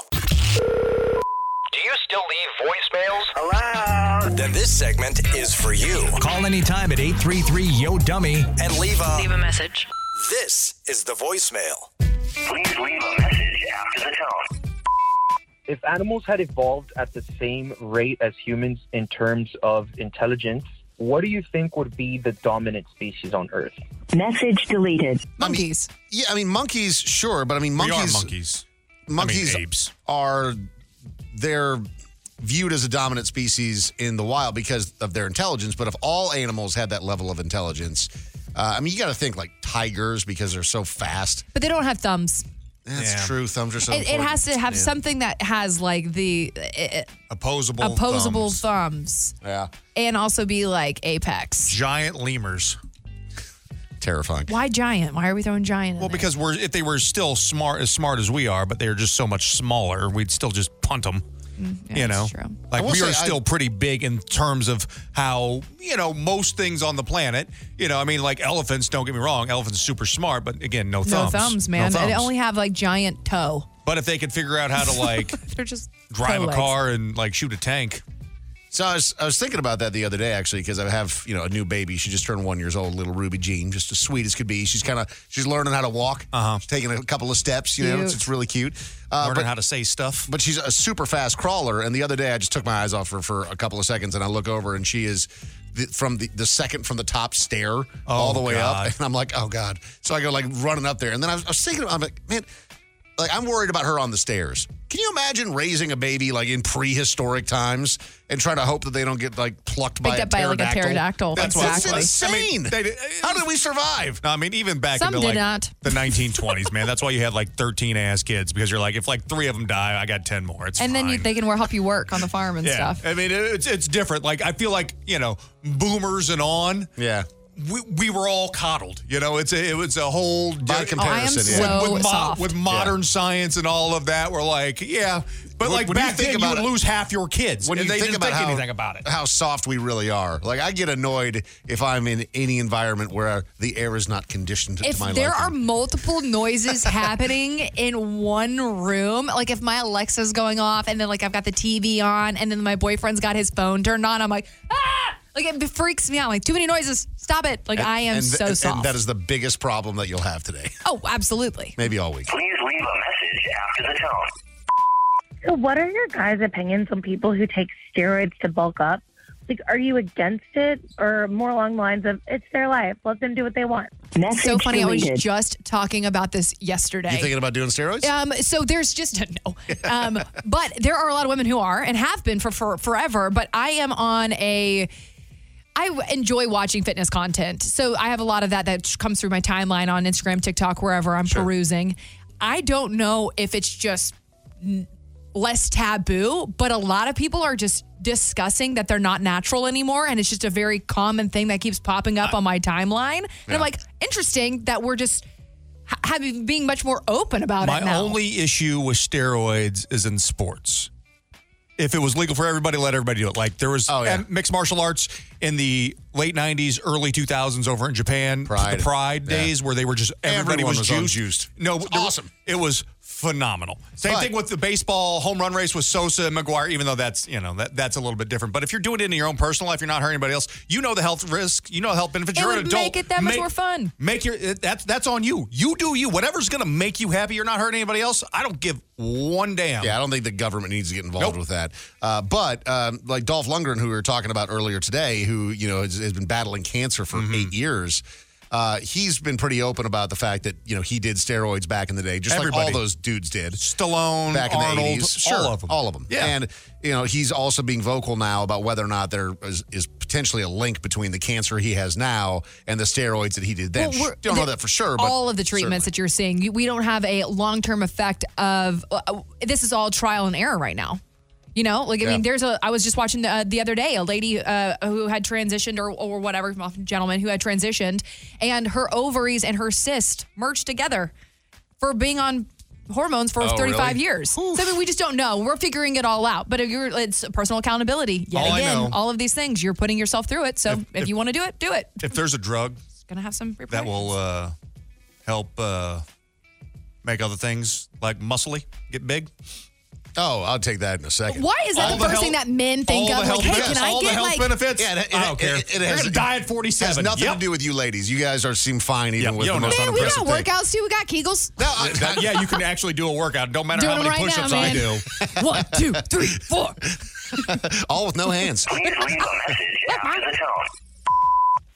Speaker 2: Then this segment is for you.
Speaker 23: Call anytime at 833 Yo Dummy.
Speaker 2: And leave a
Speaker 23: Leave a message.
Speaker 2: This is the voicemail.
Speaker 6: Please leave a message after the tone.
Speaker 14: if animals had evolved at the same rate as humans in terms of intelligence, what do you think would be the dominant species on Earth?
Speaker 24: Message deleted.
Speaker 1: monkeys. yeah, I mean monkeys, sure, but I mean
Speaker 3: We are
Speaker 1: monkeys.
Speaker 3: monkeys.
Speaker 1: Monkeys
Speaker 3: I mean, apes.
Speaker 1: are they're viewed as a dominant species in the wild because of their intelligence. But if all animals had that level of intelligence, uh, I mean, you got to think like tigers because they're so fast.
Speaker 4: but they don't have thumbs.
Speaker 1: That's true. Thumbs
Speaker 3: Oh,
Speaker 1: are so.
Speaker 4: it, it has to have
Speaker 1: important. Yeah.
Speaker 4: something that has like the uh,
Speaker 3: Opposable.
Speaker 4: uh, opposable thumbs.
Speaker 1: Yeah.
Speaker 4: and also be like apex.
Speaker 3: Giant lemurs.
Speaker 1: Terrifying.
Speaker 4: Why giant? Why are we throwing giant? in
Speaker 3: Well,
Speaker 4: there?
Speaker 3: because we're if they were still smart as smart as we are, but they're just so much smaller, we'd still just punt them.
Speaker 4: Mm, yeah,
Speaker 3: you know,
Speaker 4: that's true.
Speaker 1: I
Speaker 3: like
Speaker 1: will
Speaker 3: we
Speaker 1: say
Speaker 3: are
Speaker 1: I-
Speaker 3: still pretty big in terms of how you know most things on the planet. You know, I mean, like elephants. Don't get me wrong, elephants are super smart, but again, no
Speaker 4: no
Speaker 3: thumbs.
Speaker 4: thumbs, man.
Speaker 3: No
Speaker 4: They
Speaker 3: thumbs.
Speaker 4: only have like giant toe.
Speaker 3: but if they could figure out how to like
Speaker 4: They're just
Speaker 3: drive
Speaker 4: toe
Speaker 3: a
Speaker 4: legs.
Speaker 3: car and like shoot a tank,
Speaker 1: So I was, I was thinking about that the other day actually because I have you know a new baby. She just turned one years old, little Ruby Jean, just as sweet as could be. She's kind of she's learning how to walk, uh-huh. she's taking a couple of steps. You know, it's,
Speaker 3: Cute.
Speaker 1: it's really cute. Uh,
Speaker 3: learning
Speaker 1: but,
Speaker 3: how to say stuff.
Speaker 1: but she's a super fast crawler. And the other day I just took my eyes off her for a couple of seconds and I look over and she is the, from the, the second from the top stair all the way
Speaker 3: God.
Speaker 1: up, and I'm like, oh god. So I go like running up there, and then I was, I was thinking, I'm like, man. Like I'm worried about her on the stairs. Can you imagine raising a baby like in prehistoric times and trying to hope that they don't get like plucked by
Speaker 4: Picked
Speaker 1: a,
Speaker 4: up by, like, a pterodactyl.
Speaker 1: That's
Speaker 4: Exactly.
Speaker 1: that's insane. How did we survive?
Speaker 3: No, I mean, even back
Speaker 4: Some
Speaker 3: into
Speaker 4: did
Speaker 3: like
Speaker 4: not.
Speaker 3: the 1920s, man. That's why you had like 13 ass kids because you're like, if like three of them die, I got 10 more. It's
Speaker 4: and then you,
Speaker 3: fine.
Speaker 4: they can work- help you work on the farm and
Speaker 3: yeah.
Speaker 4: stuff.
Speaker 3: I mean, it's it's different. Like I feel like you know, boomers and on.
Speaker 1: Yeah.
Speaker 3: We, we were all coddled, you know. It's a it was a whole
Speaker 1: By
Speaker 3: di- uh,
Speaker 1: comparison,
Speaker 4: Oh, I am yeah. so
Speaker 3: with, with,
Speaker 4: soft.
Speaker 3: with modern science and all of that. We're like, yeah, but
Speaker 1: When-
Speaker 3: like
Speaker 1: when you
Speaker 3: back
Speaker 1: think
Speaker 3: then, you
Speaker 1: about
Speaker 3: would
Speaker 1: it-
Speaker 3: lose half your kids
Speaker 1: When
Speaker 3: and
Speaker 1: you
Speaker 3: they
Speaker 1: think
Speaker 3: didn't
Speaker 1: about
Speaker 3: think
Speaker 1: how,
Speaker 3: anything about it.
Speaker 1: how soft we really are, like I get annoyed if I'm in any environment where the air is not conditioned
Speaker 4: If
Speaker 1: to my
Speaker 4: there are
Speaker 1: liking.
Speaker 4: multiple noises happening in one room, like if my Alexa's going off and then like I've got the TV on and then my boyfriend's got his phone turned on, I'm like, ah! Like it freaks me out. Like too many noises. Stop it. Like
Speaker 1: And-
Speaker 4: I am
Speaker 1: and th-
Speaker 4: so
Speaker 1: and-
Speaker 4: soft.
Speaker 1: And that is the biggest problem that you'll have today,
Speaker 4: oh, absolutely.
Speaker 1: maybe all week.
Speaker 6: Please leave a message after the tone.
Speaker 12: So, what are your guys' opinions on people who take steroids to bulk up? Like, are you against it, or more along the lines of it's their life, let them do what they want?
Speaker 4: so funny. I was just talking about this yesterday.
Speaker 1: You thinking about doing steroids?
Speaker 4: Um, so there's just no, um, but there are a lot of women who are and have been for, for forever. But I am on a. I w- enjoy watching fitness content, so I have a lot of that that comes through my timeline on Instagram, TikTok, wherever I'm perusing. I don't know if it's just n- less taboo, but a lot of people are just discussing that they're not natural anymore, and it's just a very common thing that keeps popping up on my timeline. And I'm like, interesting that we're just ha- having being much more open about
Speaker 3: My
Speaker 4: it now.
Speaker 3: only issue with steroids is in sports. If it was legal for everybody, let everybody do it. Like there was
Speaker 1: Oh, yeah.
Speaker 3: and mixed martial arts in the late '90s, early 2000s over in Japan,
Speaker 1: Pride.
Speaker 3: the Pride
Speaker 1: Yeah.
Speaker 3: days where they were just everybody
Speaker 1: Everyone
Speaker 3: was,
Speaker 1: was on
Speaker 3: juiced.
Speaker 1: juiced.
Speaker 3: No,
Speaker 1: It's
Speaker 3: there-
Speaker 1: awesome.
Speaker 3: It was phenomenal. Same
Speaker 1: But-
Speaker 3: thing with the baseball home run race with Sosa and McGuire. Even though that's you know that that's a little bit different. But if you're doing it in your own personal life, you're not hurting anybody else. You know the health risk. You know the health benefits.
Speaker 4: It
Speaker 3: you're an
Speaker 4: would
Speaker 3: adult.
Speaker 4: make it that much
Speaker 3: Make-
Speaker 4: more fun.
Speaker 3: Make your it- that's that's on you. You do you. Whatever's gonna make you happy. You're not hurting anybody else. I don't give one damn.
Speaker 1: Yeah, I don't think the government needs to get involved with that. Uh, but um, like Dolph Lundgren, who we were talking about earlier today, who you know has, has been battling cancer for
Speaker 3: Mm-hmm.
Speaker 1: eight years. Uh, he's been pretty open about the fact that you know he did steroids back in the day, just like
Speaker 3: Everybody.
Speaker 1: all those dudes did.
Speaker 3: Stallone,
Speaker 1: back in
Speaker 3: Arnold,
Speaker 1: the 80s. Sure,
Speaker 3: all of them.
Speaker 1: All of them.
Speaker 3: Yeah.
Speaker 1: And, you know, he's also being vocal now about whether or not there is, is potentially a link between the cancer he has now and the steroids that he did then.
Speaker 4: Well, we're-
Speaker 1: Don't know
Speaker 4: the-
Speaker 1: that for sure, but.
Speaker 4: all of the treatments that you're seeing, you- we don't have a long term effect of uh, uh, this is all trial and error right now. You know, like I
Speaker 1: Yeah.
Speaker 4: mean, there's a. I was just watching the, uh, the other day a lady uh, who had transitioned or or whatever well, gentleman who had transitioned, and her ovaries and her cyst merged together for being on hormones for
Speaker 3: Oh,
Speaker 4: 35
Speaker 3: really?
Speaker 4: years. So I mean, we just don't know. We're figuring it all out. But if you're, it's personal accountability. Yet
Speaker 3: All I know-
Speaker 4: again, all of these things you're putting yourself through it. So if, you want to do it, do it.
Speaker 3: If there's a drug
Speaker 4: It's gonna have some.
Speaker 3: that will uh, help uh, make other things like muscly get big.
Speaker 1: Oh, I'll take that in a second.
Speaker 4: Why is that
Speaker 3: All
Speaker 4: the first
Speaker 3: health-
Speaker 4: thing that men think
Speaker 3: all
Speaker 4: of?
Speaker 3: the health
Speaker 4: Like, hey,
Speaker 3: benefits,
Speaker 4: can I
Speaker 3: all the
Speaker 4: get
Speaker 3: health
Speaker 4: like
Speaker 3: benefits?
Speaker 1: Yeah, it-
Speaker 3: I don't
Speaker 1: it-
Speaker 3: care.
Speaker 1: it- it
Speaker 3: You're
Speaker 1: has-
Speaker 3: gonna die at
Speaker 1: has
Speaker 3: 47.
Speaker 1: nothing
Speaker 3: Yep.
Speaker 1: to do with you ladies. You guys are seem fine even
Speaker 3: Yeah,
Speaker 1: with
Speaker 3: you
Speaker 1: the
Speaker 3: don't
Speaker 1: most
Speaker 3: know.
Speaker 4: man, we got
Speaker 1: unimpressive thing.
Speaker 4: workouts too. We got Kegels.
Speaker 1: No, I-
Speaker 3: That- yeah, you can actually do a workout. Don't matter
Speaker 4: Doing
Speaker 3: how
Speaker 4: them
Speaker 3: many
Speaker 4: right
Speaker 3: push-ups
Speaker 4: now,
Speaker 3: I
Speaker 4: man.
Speaker 3: do.
Speaker 4: One, two, three, four.
Speaker 1: All with no hands.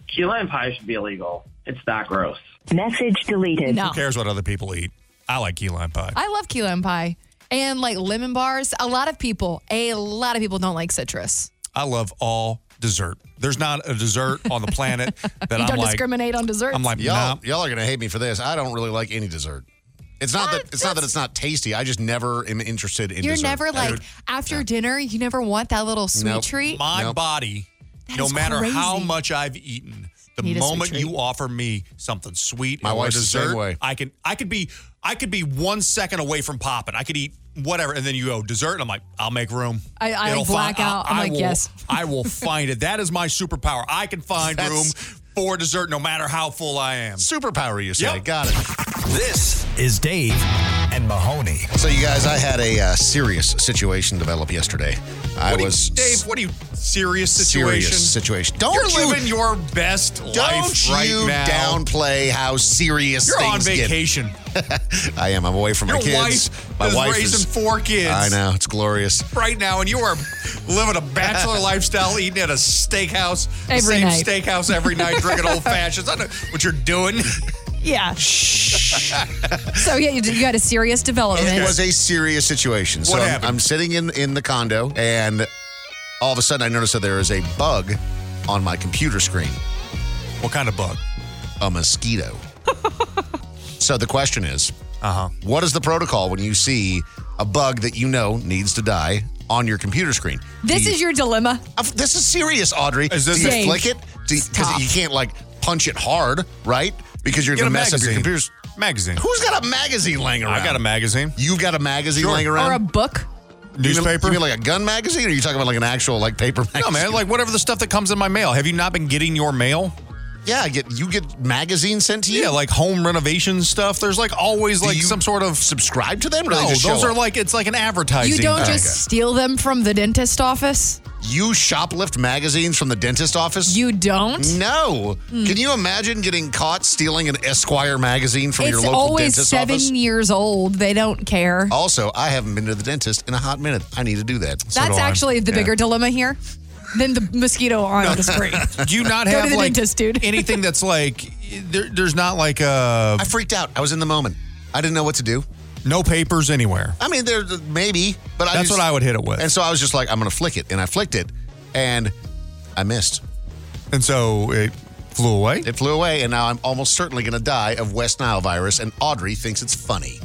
Speaker 6: Key lime pie should be illegal. It's that gross. Message deleted.
Speaker 4: No.
Speaker 3: Who cares what other people eat? I like key lime pie.
Speaker 4: I love key lime pie and like lemon bars. A lot of people, a lot of people don't like citrus.
Speaker 3: I love all dessert. There's not a dessert on the planet that
Speaker 4: you
Speaker 3: I'm
Speaker 4: don't
Speaker 3: like.
Speaker 4: discriminate on desserts.
Speaker 3: I'm like,
Speaker 1: y'all,
Speaker 3: nah.
Speaker 1: y'all are gonna hate me for this. I don't really like any dessert. It's not that it's not that it's not tasty. I just never am interested in.
Speaker 4: you're
Speaker 1: dessert.
Speaker 4: never like after dinner. You never want that little sweet
Speaker 1: Nope.
Speaker 4: treat.
Speaker 3: My body,
Speaker 4: That
Speaker 3: no
Speaker 4: is
Speaker 3: matter how
Speaker 4: crazy.
Speaker 3: much I've eaten, the
Speaker 4: Need a sweet
Speaker 3: moment
Speaker 4: treat.
Speaker 3: you offer me something sweet,
Speaker 1: My
Speaker 3: or
Speaker 1: wife's the same
Speaker 3: dessert,
Speaker 1: way.
Speaker 3: I can, I could be, I could be one second away from popping. I could eat whatever, and then you go dessert, and I'm like, I'll make room.
Speaker 4: I- I, like,
Speaker 3: It'll
Speaker 4: black out. I'm like,
Speaker 3: will,
Speaker 4: yes.
Speaker 3: I will find it. That is my superpower. I can find
Speaker 1: That's-
Speaker 3: room for dessert, no matter how full I am.
Speaker 1: Superpower, you say? Got it.
Speaker 3: This
Speaker 25: is Dave and Mahoney.
Speaker 1: So, you guys, I had a uh, serious situation develop yesterday. I
Speaker 3: What do you-
Speaker 1: was
Speaker 3: Dave. What are you serious situation?
Speaker 1: serious situation. Don't
Speaker 3: You're
Speaker 1: you
Speaker 3: living your best life
Speaker 1: don't
Speaker 3: right
Speaker 1: you
Speaker 3: now.
Speaker 1: downplay how serious
Speaker 3: You're on
Speaker 1: things get.
Speaker 3: vacation.
Speaker 1: I am. I'm away from
Speaker 3: Your
Speaker 1: my kids.
Speaker 3: wife
Speaker 1: my
Speaker 3: is
Speaker 1: wife
Speaker 3: raising
Speaker 1: is
Speaker 3: four kids.
Speaker 1: I know it's glorious.
Speaker 3: right now, and you are living a bachelor lifestyle, eating at a steakhouse, the
Speaker 4: Every
Speaker 3: same
Speaker 4: night.
Speaker 3: steakhouse every night, drinking old fashions. I know what you're doing.
Speaker 4: Yeah. so yeah, you, you got a serious development.
Speaker 1: It was a serious situation. so
Speaker 3: What
Speaker 1: I'm-
Speaker 3: happened?
Speaker 1: I'm, sitting in, in the condo, and all of a sudden I notice that there is a bug on my computer screen
Speaker 3: What kind of bug?
Speaker 1: a mosquito. so the question is
Speaker 4: Uh-huh.
Speaker 3: Uh huh.
Speaker 1: what is the protocol when you see a bug that you know needs to die on your computer screen?
Speaker 4: this
Speaker 1: Do you-
Speaker 4: is your dilemma.
Speaker 1: I've- this is serious, Audrey.
Speaker 3: Is this
Speaker 1: Do you
Speaker 4: Dave,
Speaker 1: flick it? Because
Speaker 4: stop.
Speaker 1: you can't like punch it hard, right? Because you're
Speaker 3: Get a
Speaker 1: gonna mess up
Speaker 3: magazine.
Speaker 1: your computers.
Speaker 3: Magazine.
Speaker 1: Who's got a magazine laying around?
Speaker 3: I got a magazine,
Speaker 1: You've got a magazine
Speaker 3: Sure.
Speaker 1: laying
Speaker 4: Or
Speaker 1: around.
Speaker 4: a book.
Speaker 1: You mean-
Speaker 3: newspaper.
Speaker 1: You mean like a gun magazine, or are you talking about like an actual like paper magazine?
Speaker 3: no, man, like whatever the stuff that comes in my mail. Have you not been getting your mail?
Speaker 1: yeah, I get you get magazines sent to you.
Speaker 3: Yeah, like home renovation stuff. There's like always
Speaker 1: Do
Speaker 3: like
Speaker 1: you
Speaker 3: some sort of
Speaker 1: subscribe to them. Or
Speaker 3: No,
Speaker 1: they just
Speaker 3: those
Speaker 1: show
Speaker 3: are
Speaker 1: up?
Speaker 3: like it's like an advertising.
Speaker 4: You don't
Speaker 3: thing.
Speaker 4: just steal them from the dentist office.
Speaker 1: you shoplift magazines from the dentist office.
Speaker 4: You don't.
Speaker 1: no, can you imagine getting caught stealing an Esquire magazine from your
Speaker 4: it's
Speaker 1: local
Speaker 4: always
Speaker 1: dentist
Speaker 4: seven
Speaker 1: office? Oh,
Speaker 4: years old. They don't care.
Speaker 1: Also, I haven't been to the dentist in a hot minute. I need to do that.
Speaker 4: That's
Speaker 3: do I.
Speaker 4: actually the
Speaker 1: Yeah.
Speaker 4: bigger dilemma here than the mosquito on the screen.
Speaker 3: Do you not
Speaker 4: Go to
Speaker 3: have
Speaker 4: the
Speaker 3: like
Speaker 4: dentist, dude.
Speaker 3: anything that's like there, there's not like uh
Speaker 1: I freaked out. I was in the moment. I didn't know what to do.
Speaker 3: no papers anywhere.
Speaker 1: I mean, there maybe, but I
Speaker 3: That's
Speaker 1: just-
Speaker 3: what I would hit it with.
Speaker 1: And so I was just like, I'm going to flick it, and I flicked it, and I missed.
Speaker 3: And so it flew away.
Speaker 1: It flew away, and now I'm almost certainly going to die of West Nile virus. And Audrey thinks it's funny.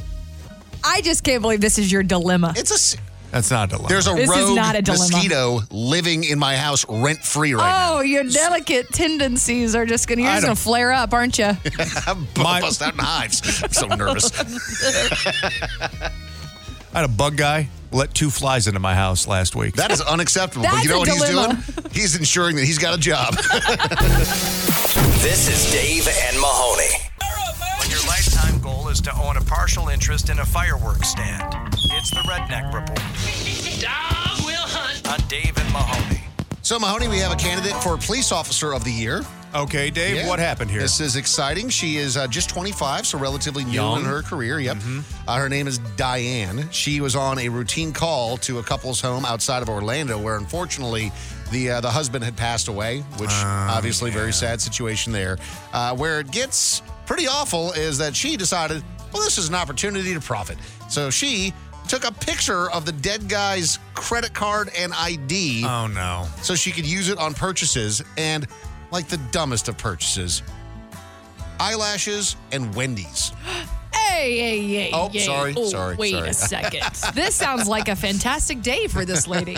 Speaker 4: I just can't believe this is your dilemma.
Speaker 1: It's a s-
Speaker 3: That's not a dilemma.
Speaker 1: there's a
Speaker 4: This is
Speaker 1: rogue
Speaker 4: not a dilemma.
Speaker 1: mosquito living in my house rent free right
Speaker 4: Oh, your delicate tendencies are just gonna you're
Speaker 3: I
Speaker 4: just gonna
Speaker 3: don't-
Speaker 4: flare up, aren't you?
Speaker 1: now. I'm
Speaker 3: My-
Speaker 1: bust out knives. I'm so nervous.
Speaker 3: I had a bug guy let two flies into my house last week.
Speaker 1: That is unacceptable. but
Speaker 4: That's
Speaker 1: you know
Speaker 4: a
Speaker 1: what
Speaker 4: dilemma.
Speaker 1: he's doing? He's ensuring that he's got a job.
Speaker 2: This is Dave and Mahoney. When your lifetime goal is to own a partial interest in a fireworks stand, it's the Redneck Report
Speaker 26: Dog will hunt.
Speaker 2: on Dave and Mahoney.
Speaker 1: so, Mahoney, we have a candidate for Police Officer of the Year.
Speaker 3: okay, Dave,
Speaker 1: Yeah.
Speaker 3: what happened here?
Speaker 1: This is exciting. She is uh, just 25, so relatively new
Speaker 3: Young. Mm-hmm.
Speaker 1: in her career. Yep. Uh, her name is Diane. She was on a routine call to a couple's home outside of Orlando, where unfortunately The uh, the husband had passed away, which
Speaker 3: Ah,
Speaker 1: obviously very sad situation there. Uh, where it gets pretty awful is that she decided, well, this is an opportunity to profit. So she took a picture of the dead guy's credit card and ID.
Speaker 3: Oh no!
Speaker 1: So she could use it on purchases and like the dumbest of purchases, eyelashes and Wendy's.
Speaker 4: Hey, hey, hey.
Speaker 1: Oh,
Speaker 4: hey.
Speaker 1: sorry,
Speaker 4: Oh,
Speaker 1: sorry,
Speaker 4: Wait
Speaker 1: sorry.
Speaker 4: a second. this sounds like a fantastic day for this lady.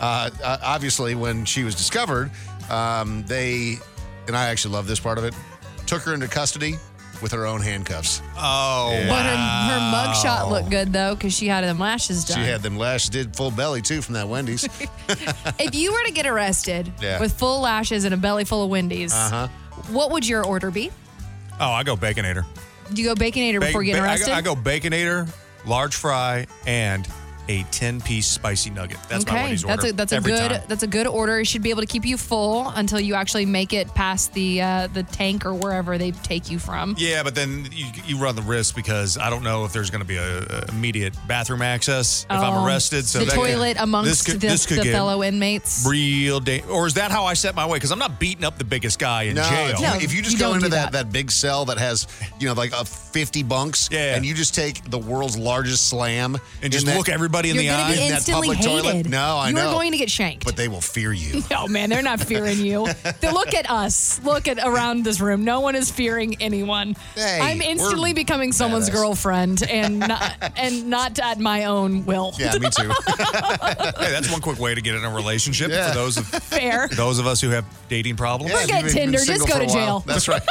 Speaker 1: uh, uh, obviously, when she was discovered, um, they, and I actually love this part of it, took her into custody with her own handcuffs.
Speaker 3: Oh,
Speaker 4: But her, her mugshot looked good, though, because she had them lashes
Speaker 1: She
Speaker 4: done.
Speaker 1: had them lashes, did full belly too from that Wendy's.
Speaker 4: if you were to get arrested
Speaker 1: Yeah.
Speaker 4: with full lashes and a belly full of Wendy's,
Speaker 3: Uh-huh.
Speaker 4: what would your order be?
Speaker 3: Oh, I go Baconator.
Speaker 4: Do you go Baconator before you
Speaker 3: Ba-
Speaker 4: get
Speaker 3: ba- I
Speaker 4: arrested?
Speaker 3: go- I, go Baconator, large fry, and a 10 piece spicy nugget. That's
Speaker 4: okay,
Speaker 3: my Wendy's order.
Speaker 4: that's a that's a
Speaker 3: every
Speaker 4: good
Speaker 3: time.
Speaker 4: that's a good order. It should be able to keep you full until you actually make it past the uh, the tank or wherever they take you from.
Speaker 3: Yeah, but then you, you run the risk because I don't know if there's going to be a, a immediate bathroom access if
Speaker 4: Oh,
Speaker 3: I'm arrested. So
Speaker 4: the
Speaker 3: that could-
Speaker 4: toilet amongst
Speaker 3: this could,
Speaker 4: the,
Speaker 3: this could
Speaker 4: the
Speaker 3: get
Speaker 4: fellow inmates.
Speaker 3: real day. Or is that how I set my way? Because I'm not beating up the biggest guy in
Speaker 1: no,
Speaker 3: jail.
Speaker 1: If, you- if you just go into that, that big cell that has you know like a fifty bunks, and you just take the world's largest slam
Speaker 3: And just look everybody
Speaker 4: You're going to be
Speaker 1: in that
Speaker 4: instantly
Speaker 1: public
Speaker 4: hated.
Speaker 1: toilet. No, I
Speaker 4: you
Speaker 1: know,
Speaker 4: are going to get shanked.
Speaker 1: but they will fear you.
Speaker 4: No, man, they're not fearing you. They look at us. Look at around this room. No one is fearing anyone.
Speaker 1: Hey,
Speaker 4: I'm instantly
Speaker 1: we're
Speaker 4: becoming someone's
Speaker 1: badass.
Speaker 4: girlfriend and not, and not at my own will.
Speaker 3: Yeah, me too. hey, that's one quick way to get in a relationship for those of,
Speaker 4: Fair.
Speaker 3: those of us who have dating problems.
Speaker 1: Yeah, if
Speaker 4: Forget
Speaker 1: you've been
Speaker 4: Tinder, just
Speaker 1: single
Speaker 4: go
Speaker 1: for a
Speaker 4: to
Speaker 1: while.
Speaker 4: jail.
Speaker 1: That's right.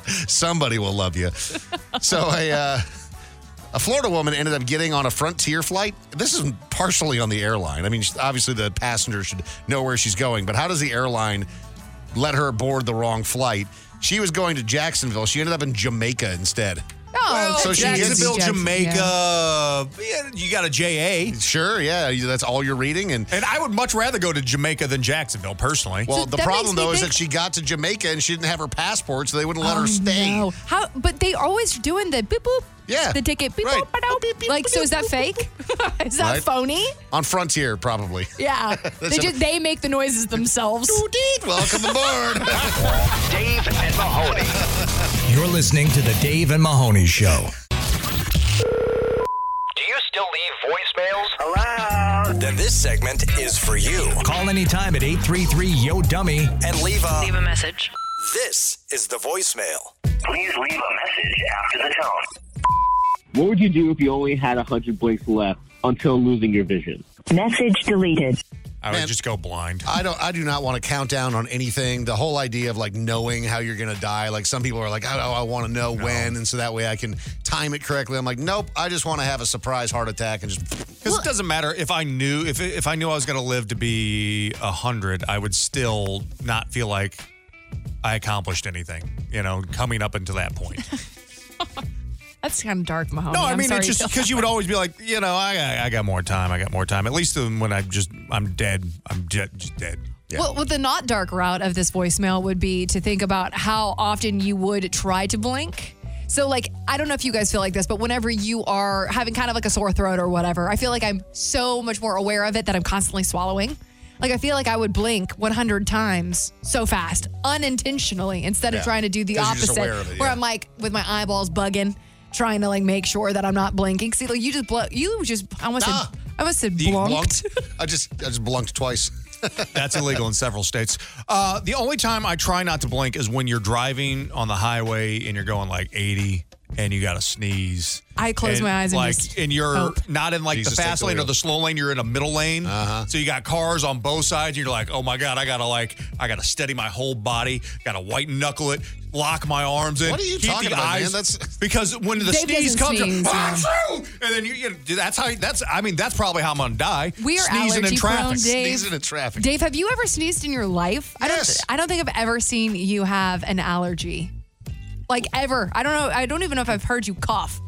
Speaker 1: Somebody will love you. So a uh, a Florida woman ended up getting on a Frontier flight. This is partially on the airline. I mean, she- obviously the passenger should know where she's going, but how does the airline let her board the wrong flight? She was going to Jacksonville. She ended up in Jamaica instead.
Speaker 4: Oh,
Speaker 3: so
Speaker 1: she
Speaker 3: Jacksonville, Jamaica. yeah, you got a JA.
Speaker 1: Sure, yeah, that's all you're reading, and
Speaker 3: and I would much rather go to Jamaica than Jacksonville, personally.
Speaker 1: Well, the problem though is that she got to Jamaica and she didn't have her passport, so they wouldn't let
Speaker 4: Oh,
Speaker 1: her stay.
Speaker 4: no. How? But they always doing the beep boop.
Speaker 1: Yeah,
Speaker 4: The ticket beep boop. ba-dow. Like, so is that fake? is that
Speaker 1: Right.
Speaker 4: phony?
Speaker 1: On Frontier, probably.
Speaker 4: Yeah. they
Speaker 1: how-
Speaker 4: just, they make the noises themselves.
Speaker 1: Welcome aboard.
Speaker 27: Dave and Mahoney.
Speaker 2: You're listening to The Dave and Mahoney Show.
Speaker 27: Do you still leave voicemails? Hello? Then this segment is for you.
Speaker 2: Call anytime at 833 Yo Dummy.
Speaker 27: And leave a leave a message. This is the voicemail.
Speaker 6: Please leave a message after the tone.
Speaker 28: What would you do if you only had 100 blinks left until losing your vision?
Speaker 1: Message deleted.
Speaker 3: I would just go blind.
Speaker 1: I don't. I do not want to count down on anything. The whole idea of like knowing how you're gonna die. Like some people are like, oh, I want to know when, and so that way I can time it correctly. I'm like, nope. I just want to have a surprise heart attack and just.
Speaker 3: Because it doesn't matter if I knew if if I knew I was going to live to be a hundred, I would still not feel like I accomplished anything. You know, coming up until that point.
Speaker 4: That's kind of dark, Mahoney.
Speaker 3: No, I
Speaker 4: Oh, I'm
Speaker 3: mean
Speaker 4: sorry
Speaker 3: it's
Speaker 4: to
Speaker 3: just
Speaker 4: feel-
Speaker 3: because you would always be like, you know, I, I I got more time, I got more time. At least when I just I'm dead, I'm dead, just dead.
Speaker 4: Well, well, the not dark route of this voicemail would be to think about how often you would try to blink. So, like, I don't know if you guys feel like this, but whenever you are having kind of like a sore throat or whatever, I feel like I'm so much more aware of it that I'm constantly swallowing. Like, I feel like I would blink 100 times so fast, unintentionally, instead
Speaker 29: Yeah.
Speaker 4: of trying to do the
Speaker 29: 'Cause you're just
Speaker 4: opposite,
Speaker 29: aware of it,
Speaker 4: where
Speaker 29: yeah.
Speaker 4: I'm like with my eyeballs bugging, trying to like make sure that I'm not blinking. See, like, you just blow, you just, I almost said, I almost said blunked.
Speaker 3: I just I just blunked twice. That's illegal in several states. Uh, the only time I try not to blink is when you're driving on the highway and you're going like 80 and you got to sneeze.
Speaker 4: I close my eyes and
Speaker 3: like
Speaker 4: just
Speaker 3: and you're
Speaker 4: hope.
Speaker 3: not in like Jesus, the take fast the lane or wheel. the slow lane. You're in a middle lane,
Speaker 1: Uh-huh.
Speaker 3: so you got cars on both sides. And you're like, oh my god, I gotta like I gotta steady my whole body, gotta white knuckle it, lock my arms in.
Speaker 1: What are you
Speaker 3: keep
Speaker 1: talking
Speaker 3: the
Speaker 1: about, man?
Speaker 3: eyes-
Speaker 1: That's-
Speaker 3: because when the
Speaker 1: Dave
Speaker 3: sneeze
Speaker 1: doesn't
Speaker 3: comes, you're,
Speaker 1: sneeze,
Speaker 3: "Ah,
Speaker 1: yeah.
Speaker 3: phew!" and then you, you that's how that's I mean that's probably how I'm gonna die.
Speaker 4: We are
Speaker 3: sneezing in
Speaker 4: allergy
Speaker 3: traffic.
Speaker 4: prone, Dave.
Speaker 1: Sneezing in traffic.
Speaker 4: Dave, have you ever sneezed in your life? I don't. I don't think I've ever seen you have an allergy, like ever. I don't know. I don't even know if I've heard you cough.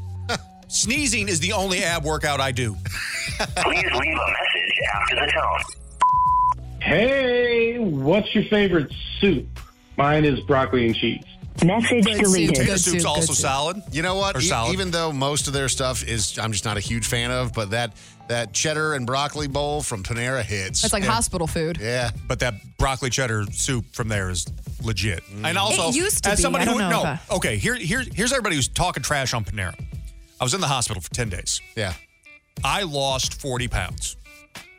Speaker 3: Sneezing is the only ab workout I do.
Speaker 6: Please leave a message after the tone.
Speaker 15: Hey, what's your favorite soup? Mine is broccoli and cheese.
Speaker 30: Message deleted.
Speaker 3: Potato soup's also solid.
Speaker 1: You know what?
Speaker 3: Or
Speaker 1: E-
Speaker 3: solid.
Speaker 1: even though most of their stuff is, I'm just not a huge fan of, but that that cheddar and broccoli bowl from Panera hits.
Speaker 4: That's like
Speaker 1: Yeah.
Speaker 4: hospital food.
Speaker 1: Yeah,
Speaker 3: but that broccoli cheddar soup from there is legit. And also,
Speaker 4: Mm. It used to
Speaker 3: as
Speaker 4: be.
Speaker 3: somebody
Speaker 4: I don't
Speaker 3: who
Speaker 4: know
Speaker 3: no,
Speaker 4: if
Speaker 3: okay, here, here, here's everybody who's talking trash on Panera. I was in the hospital for ten days.
Speaker 1: Yeah,
Speaker 3: I lost forty pounds.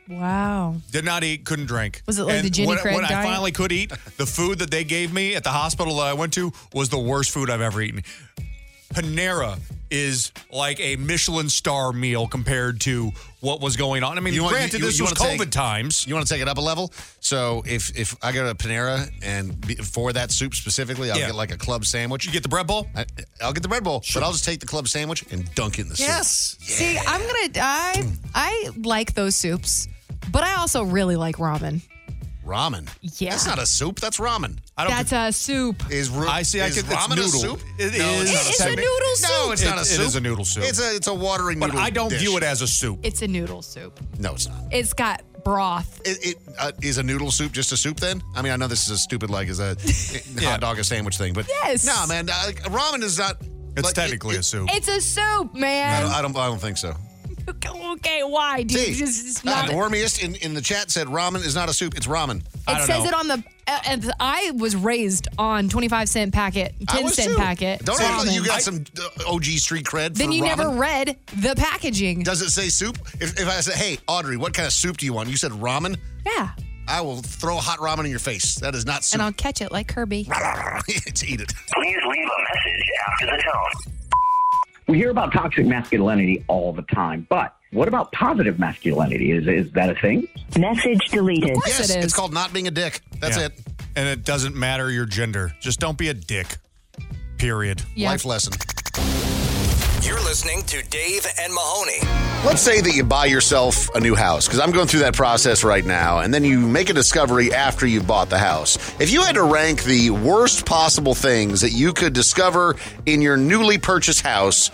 Speaker 4: Wow.
Speaker 3: Did not eat, couldn't drink.
Speaker 4: Was it like the Jenny
Speaker 3: when,
Speaker 4: Craig
Speaker 3: when I
Speaker 4: diet?
Speaker 3: finally could eat, the food that they gave me at the hospital that I went to was the worst food I've ever eaten. Panera is like a Michelin star meal compared to what was going on. I mean,
Speaker 1: You want-
Speaker 3: granted,
Speaker 1: you-
Speaker 3: this
Speaker 1: you
Speaker 3: was
Speaker 1: wanna
Speaker 3: COVID
Speaker 1: take-
Speaker 3: times.
Speaker 1: You want to take it up a level? So if if I go to Panera and be, for that soup specifically, I'll
Speaker 3: Yeah.
Speaker 1: get like a club sandwich. You
Speaker 3: get the bread bowl.
Speaker 1: I, I'll get the bread bowl, but I'll just take the club sandwich and dunk it in the
Speaker 4: Yes.
Speaker 1: soup.
Speaker 4: See, I'm gonna. I I like those soups, but I also really like ramen.
Speaker 1: Ramen.
Speaker 4: Yeah.
Speaker 1: that's not a soup. That's ramen.
Speaker 3: I
Speaker 4: That's a soup.
Speaker 1: Is ru-
Speaker 3: I see, I
Speaker 1: is
Speaker 3: could- it's
Speaker 1: ramen a
Speaker 3: noodle.
Speaker 1: soup?
Speaker 3: It
Speaker 1: no, It's,
Speaker 3: is.
Speaker 1: not
Speaker 3: It is a
Speaker 1: soup.
Speaker 3: noodle
Speaker 1: No,
Speaker 3: soup.
Speaker 1: it's not a
Speaker 3: It- it
Speaker 1: soup.
Speaker 3: is a noodle soup.
Speaker 1: It's a it's a watering
Speaker 3: But
Speaker 1: noodle.
Speaker 3: I don't
Speaker 1: dish.
Speaker 3: view it as a soup.
Speaker 4: It's a noodle soup.
Speaker 1: No, it's not.
Speaker 4: It's got broth.
Speaker 1: It, it uh, is a noodle soup just a soup then? I mean, I know this is a stupid like is a hot dog a sandwich thing, but
Speaker 4: Yes.
Speaker 1: no, man, uh, ramen is not. It's
Speaker 3: technically a soup.
Speaker 4: It's a soup,
Speaker 1: I
Speaker 4: man.
Speaker 1: don't, I don't. I don't think so.
Speaker 4: okay, why? Dude,
Speaker 1: See,
Speaker 4: It's just
Speaker 1: uh,
Speaker 4: not.
Speaker 1: the wormiest in, in the chat said ramen is not a soup. It's ramen.
Speaker 4: it says it on the. Uh, and I was raised on 25 cent packet, 10 cent packet.
Speaker 1: Don't act like you
Speaker 4: ramen.
Speaker 1: got some uh, OG street cred.
Speaker 4: Then
Speaker 1: for
Speaker 4: you
Speaker 1: ramen.
Speaker 4: never read the packaging.
Speaker 1: Does it say soup? If, if I said, hey, Audrey, what kind of soup do you want? You said ramen.
Speaker 4: Yeah.
Speaker 1: I will throw hot ramen in your face. That is not soup.
Speaker 4: And I'll catch it like Kirby.
Speaker 1: Let's eat it.
Speaker 31: Please leave a message after the tone.
Speaker 14: We hear about toxic masculinity all the time, but what about positive masculinity? Is is that a thing?
Speaker 30: Message deleted.
Speaker 1: yes, It's called not being a dick. That's
Speaker 3: Yeah.
Speaker 1: it.
Speaker 3: And it doesn't matter your gender. Just don't be a dick. Period.
Speaker 4: Yeah.
Speaker 1: Life lesson.
Speaker 2: You're listening to Dave and Mahoney.
Speaker 1: Let's say that you buy yourself a new house, because I'm going through that process right now, and then you make a discovery after you've bought the house. If you had to rank the worst possible things that you could discover in your newly purchased house,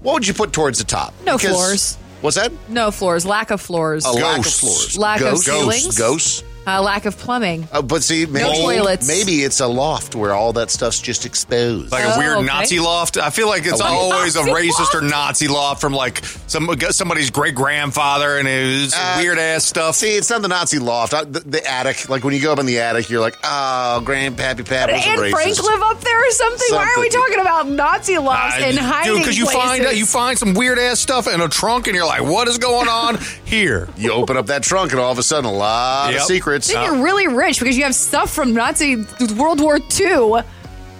Speaker 1: what would you put towards the top?
Speaker 32: No floors.
Speaker 1: What's that?
Speaker 32: No floors, lack of floors.
Speaker 1: A lack of floors.
Speaker 32: Lack
Speaker 1: Ghosts.
Speaker 32: of ceilings.
Speaker 1: Ghosts. Ghosts.
Speaker 32: Uh, lack of plumbing.
Speaker 1: Uh, but see, maybe,
Speaker 32: toilets.
Speaker 1: maybe it's a loft where all that stuff's just exposed.
Speaker 3: Like
Speaker 32: Oh,
Speaker 3: a weird Nazi loft. I feel like it's
Speaker 1: A what?
Speaker 3: always a
Speaker 1: Nazi
Speaker 3: racist
Speaker 1: loft?
Speaker 3: or Nazi loft from like some somebody's great grandfather and his
Speaker 1: Uh,
Speaker 3: weird ass stuff.
Speaker 1: See, it's not the Nazi loft, I, the, the attic. Like when you go up in the attic, you're like, oh, Grandpappy Pap was a
Speaker 32: Anne
Speaker 1: racist.
Speaker 32: Frank live up there or something? Why are we
Speaker 1: Something.
Speaker 32: talking about Nazi laws
Speaker 3: I-
Speaker 32: and hiding
Speaker 3: Uh, dude, you find
Speaker 32: places?
Speaker 3: you find some weird ass stuff in a trunk, and you're like, "What is going on here?"
Speaker 1: You open up that trunk, and all of a sudden, a lot
Speaker 3: Yep.
Speaker 1: of secrets.
Speaker 32: Then you're really rich because you have stuff from Nazi World War II.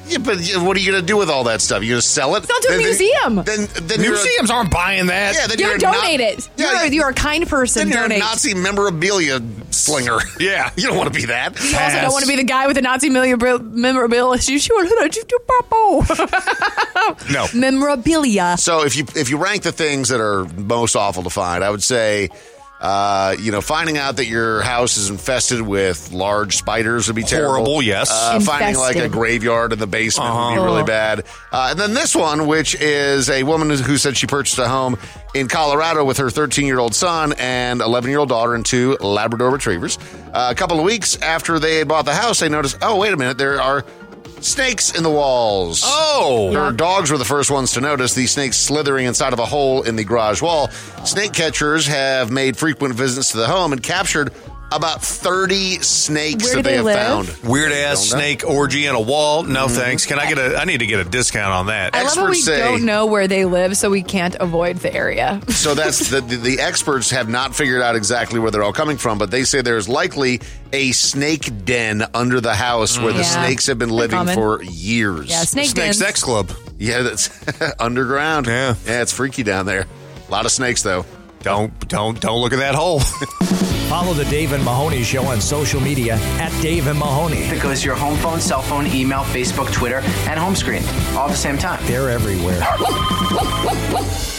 Speaker 1: Yeah, but yeah, what are you going to do with all that stuff? You're going to sell it?
Speaker 32: Sell to a
Speaker 1: Then- then-
Speaker 32: museum.
Speaker 1: Then, then you're a-
Speaker 3: Museums aren't buying that.
Speaker 1: Yeah, then
Speaker 32: you
Speaker 1: you're a
Speaker 32: donate
Speaker 1: Na-
Speaker 32: it.
Speaker 1: Yeah,
Speaker 32: you're, you're a kind person.
Speaker 1: Then you're a
Speaker 32: donate.
Speaker 1: Nazi memorabilia slinger.
Speaker 3: Yeah,
Speaker 1: you don't want to be that.
Speaker 32: You also don't want to be the guy with the Nazi memorabilia. memorabilia. You sure don't you do purple.
Speaker 1: No.
Speaker 32: Memorabilia.
Speaker 1: So if you if you rank the things that are most awful to find, I would say. Uh, you know, finding out that your house is infested with large spiders would be terrible.
Speaker 3: Horrible, yes.
Speaker 1: Uh, finding like a
Speaker 3: Infested.
Speaker 1: graveyard in the basement would
Speaker 3: Uh-huh.
Speaker 1: be really
Speaker 3: Ugh.
Speaker 1: bad. Uh, and then this one, which is a woman who said she purchased a home in Colorado with her 13 year old son and 11 year old daughter and two Labrador retrievers. Uh, a couple of weeks after they had bought the house, they noticed, oh, wait a minute, there are snakes in the walls.
Speaker 3: Oh.
Speaker 1: Her dogs were the first ones to notice the snakes slithering inside of a hole in the garage wall. Snake catchers have made frequent visits to the home and captured about 30 snakes
Speaker 3: Where
Speaker 1: that
Speaker 3: do
Speaker 1: they,
Speaker 3: they
Speaker 1: have
Speaker 3: live?
Speaker 1: found.
Speaker 3: Weird ass
Speaker 1: Don't know. Mm-hmm.
Speaker 3: snake orgy in a wall. No thanks. Can I get a? I need to get a discount on that.
Speaker 32: I love how we don't know where they live, so we can't avoid the area.
Speaker 1: So that's the, the the experts have not figured out exactly where they're all coming from, but they say there's likely a snake den under the house where the
Speaker 32: Mm. Yeah.
Speaker 1: snakes have been
Speaker 32: Pretty
Speaker 1: living
Speaker 32: common.
Speaker 1: for years.
Speaker 32: Yeah, snake Snake dens. sex
Speaker 3: club.
Speaker 1: Yeah, that's underground. Yeah, yeah, it's freaky down there. A lot of snakes though.
Speaker 3: Don't don't don't look at that hole.
Speaker 33: Follow the Dave and Mahoney Show on social media at Dave and Mahoney.
Speaker 6: Because your home phone, cell phone, email, Facebook, Twitter, and home screen all at the same time.
Speaker 33: They're everywhere.
Speaker 6: Everywhere.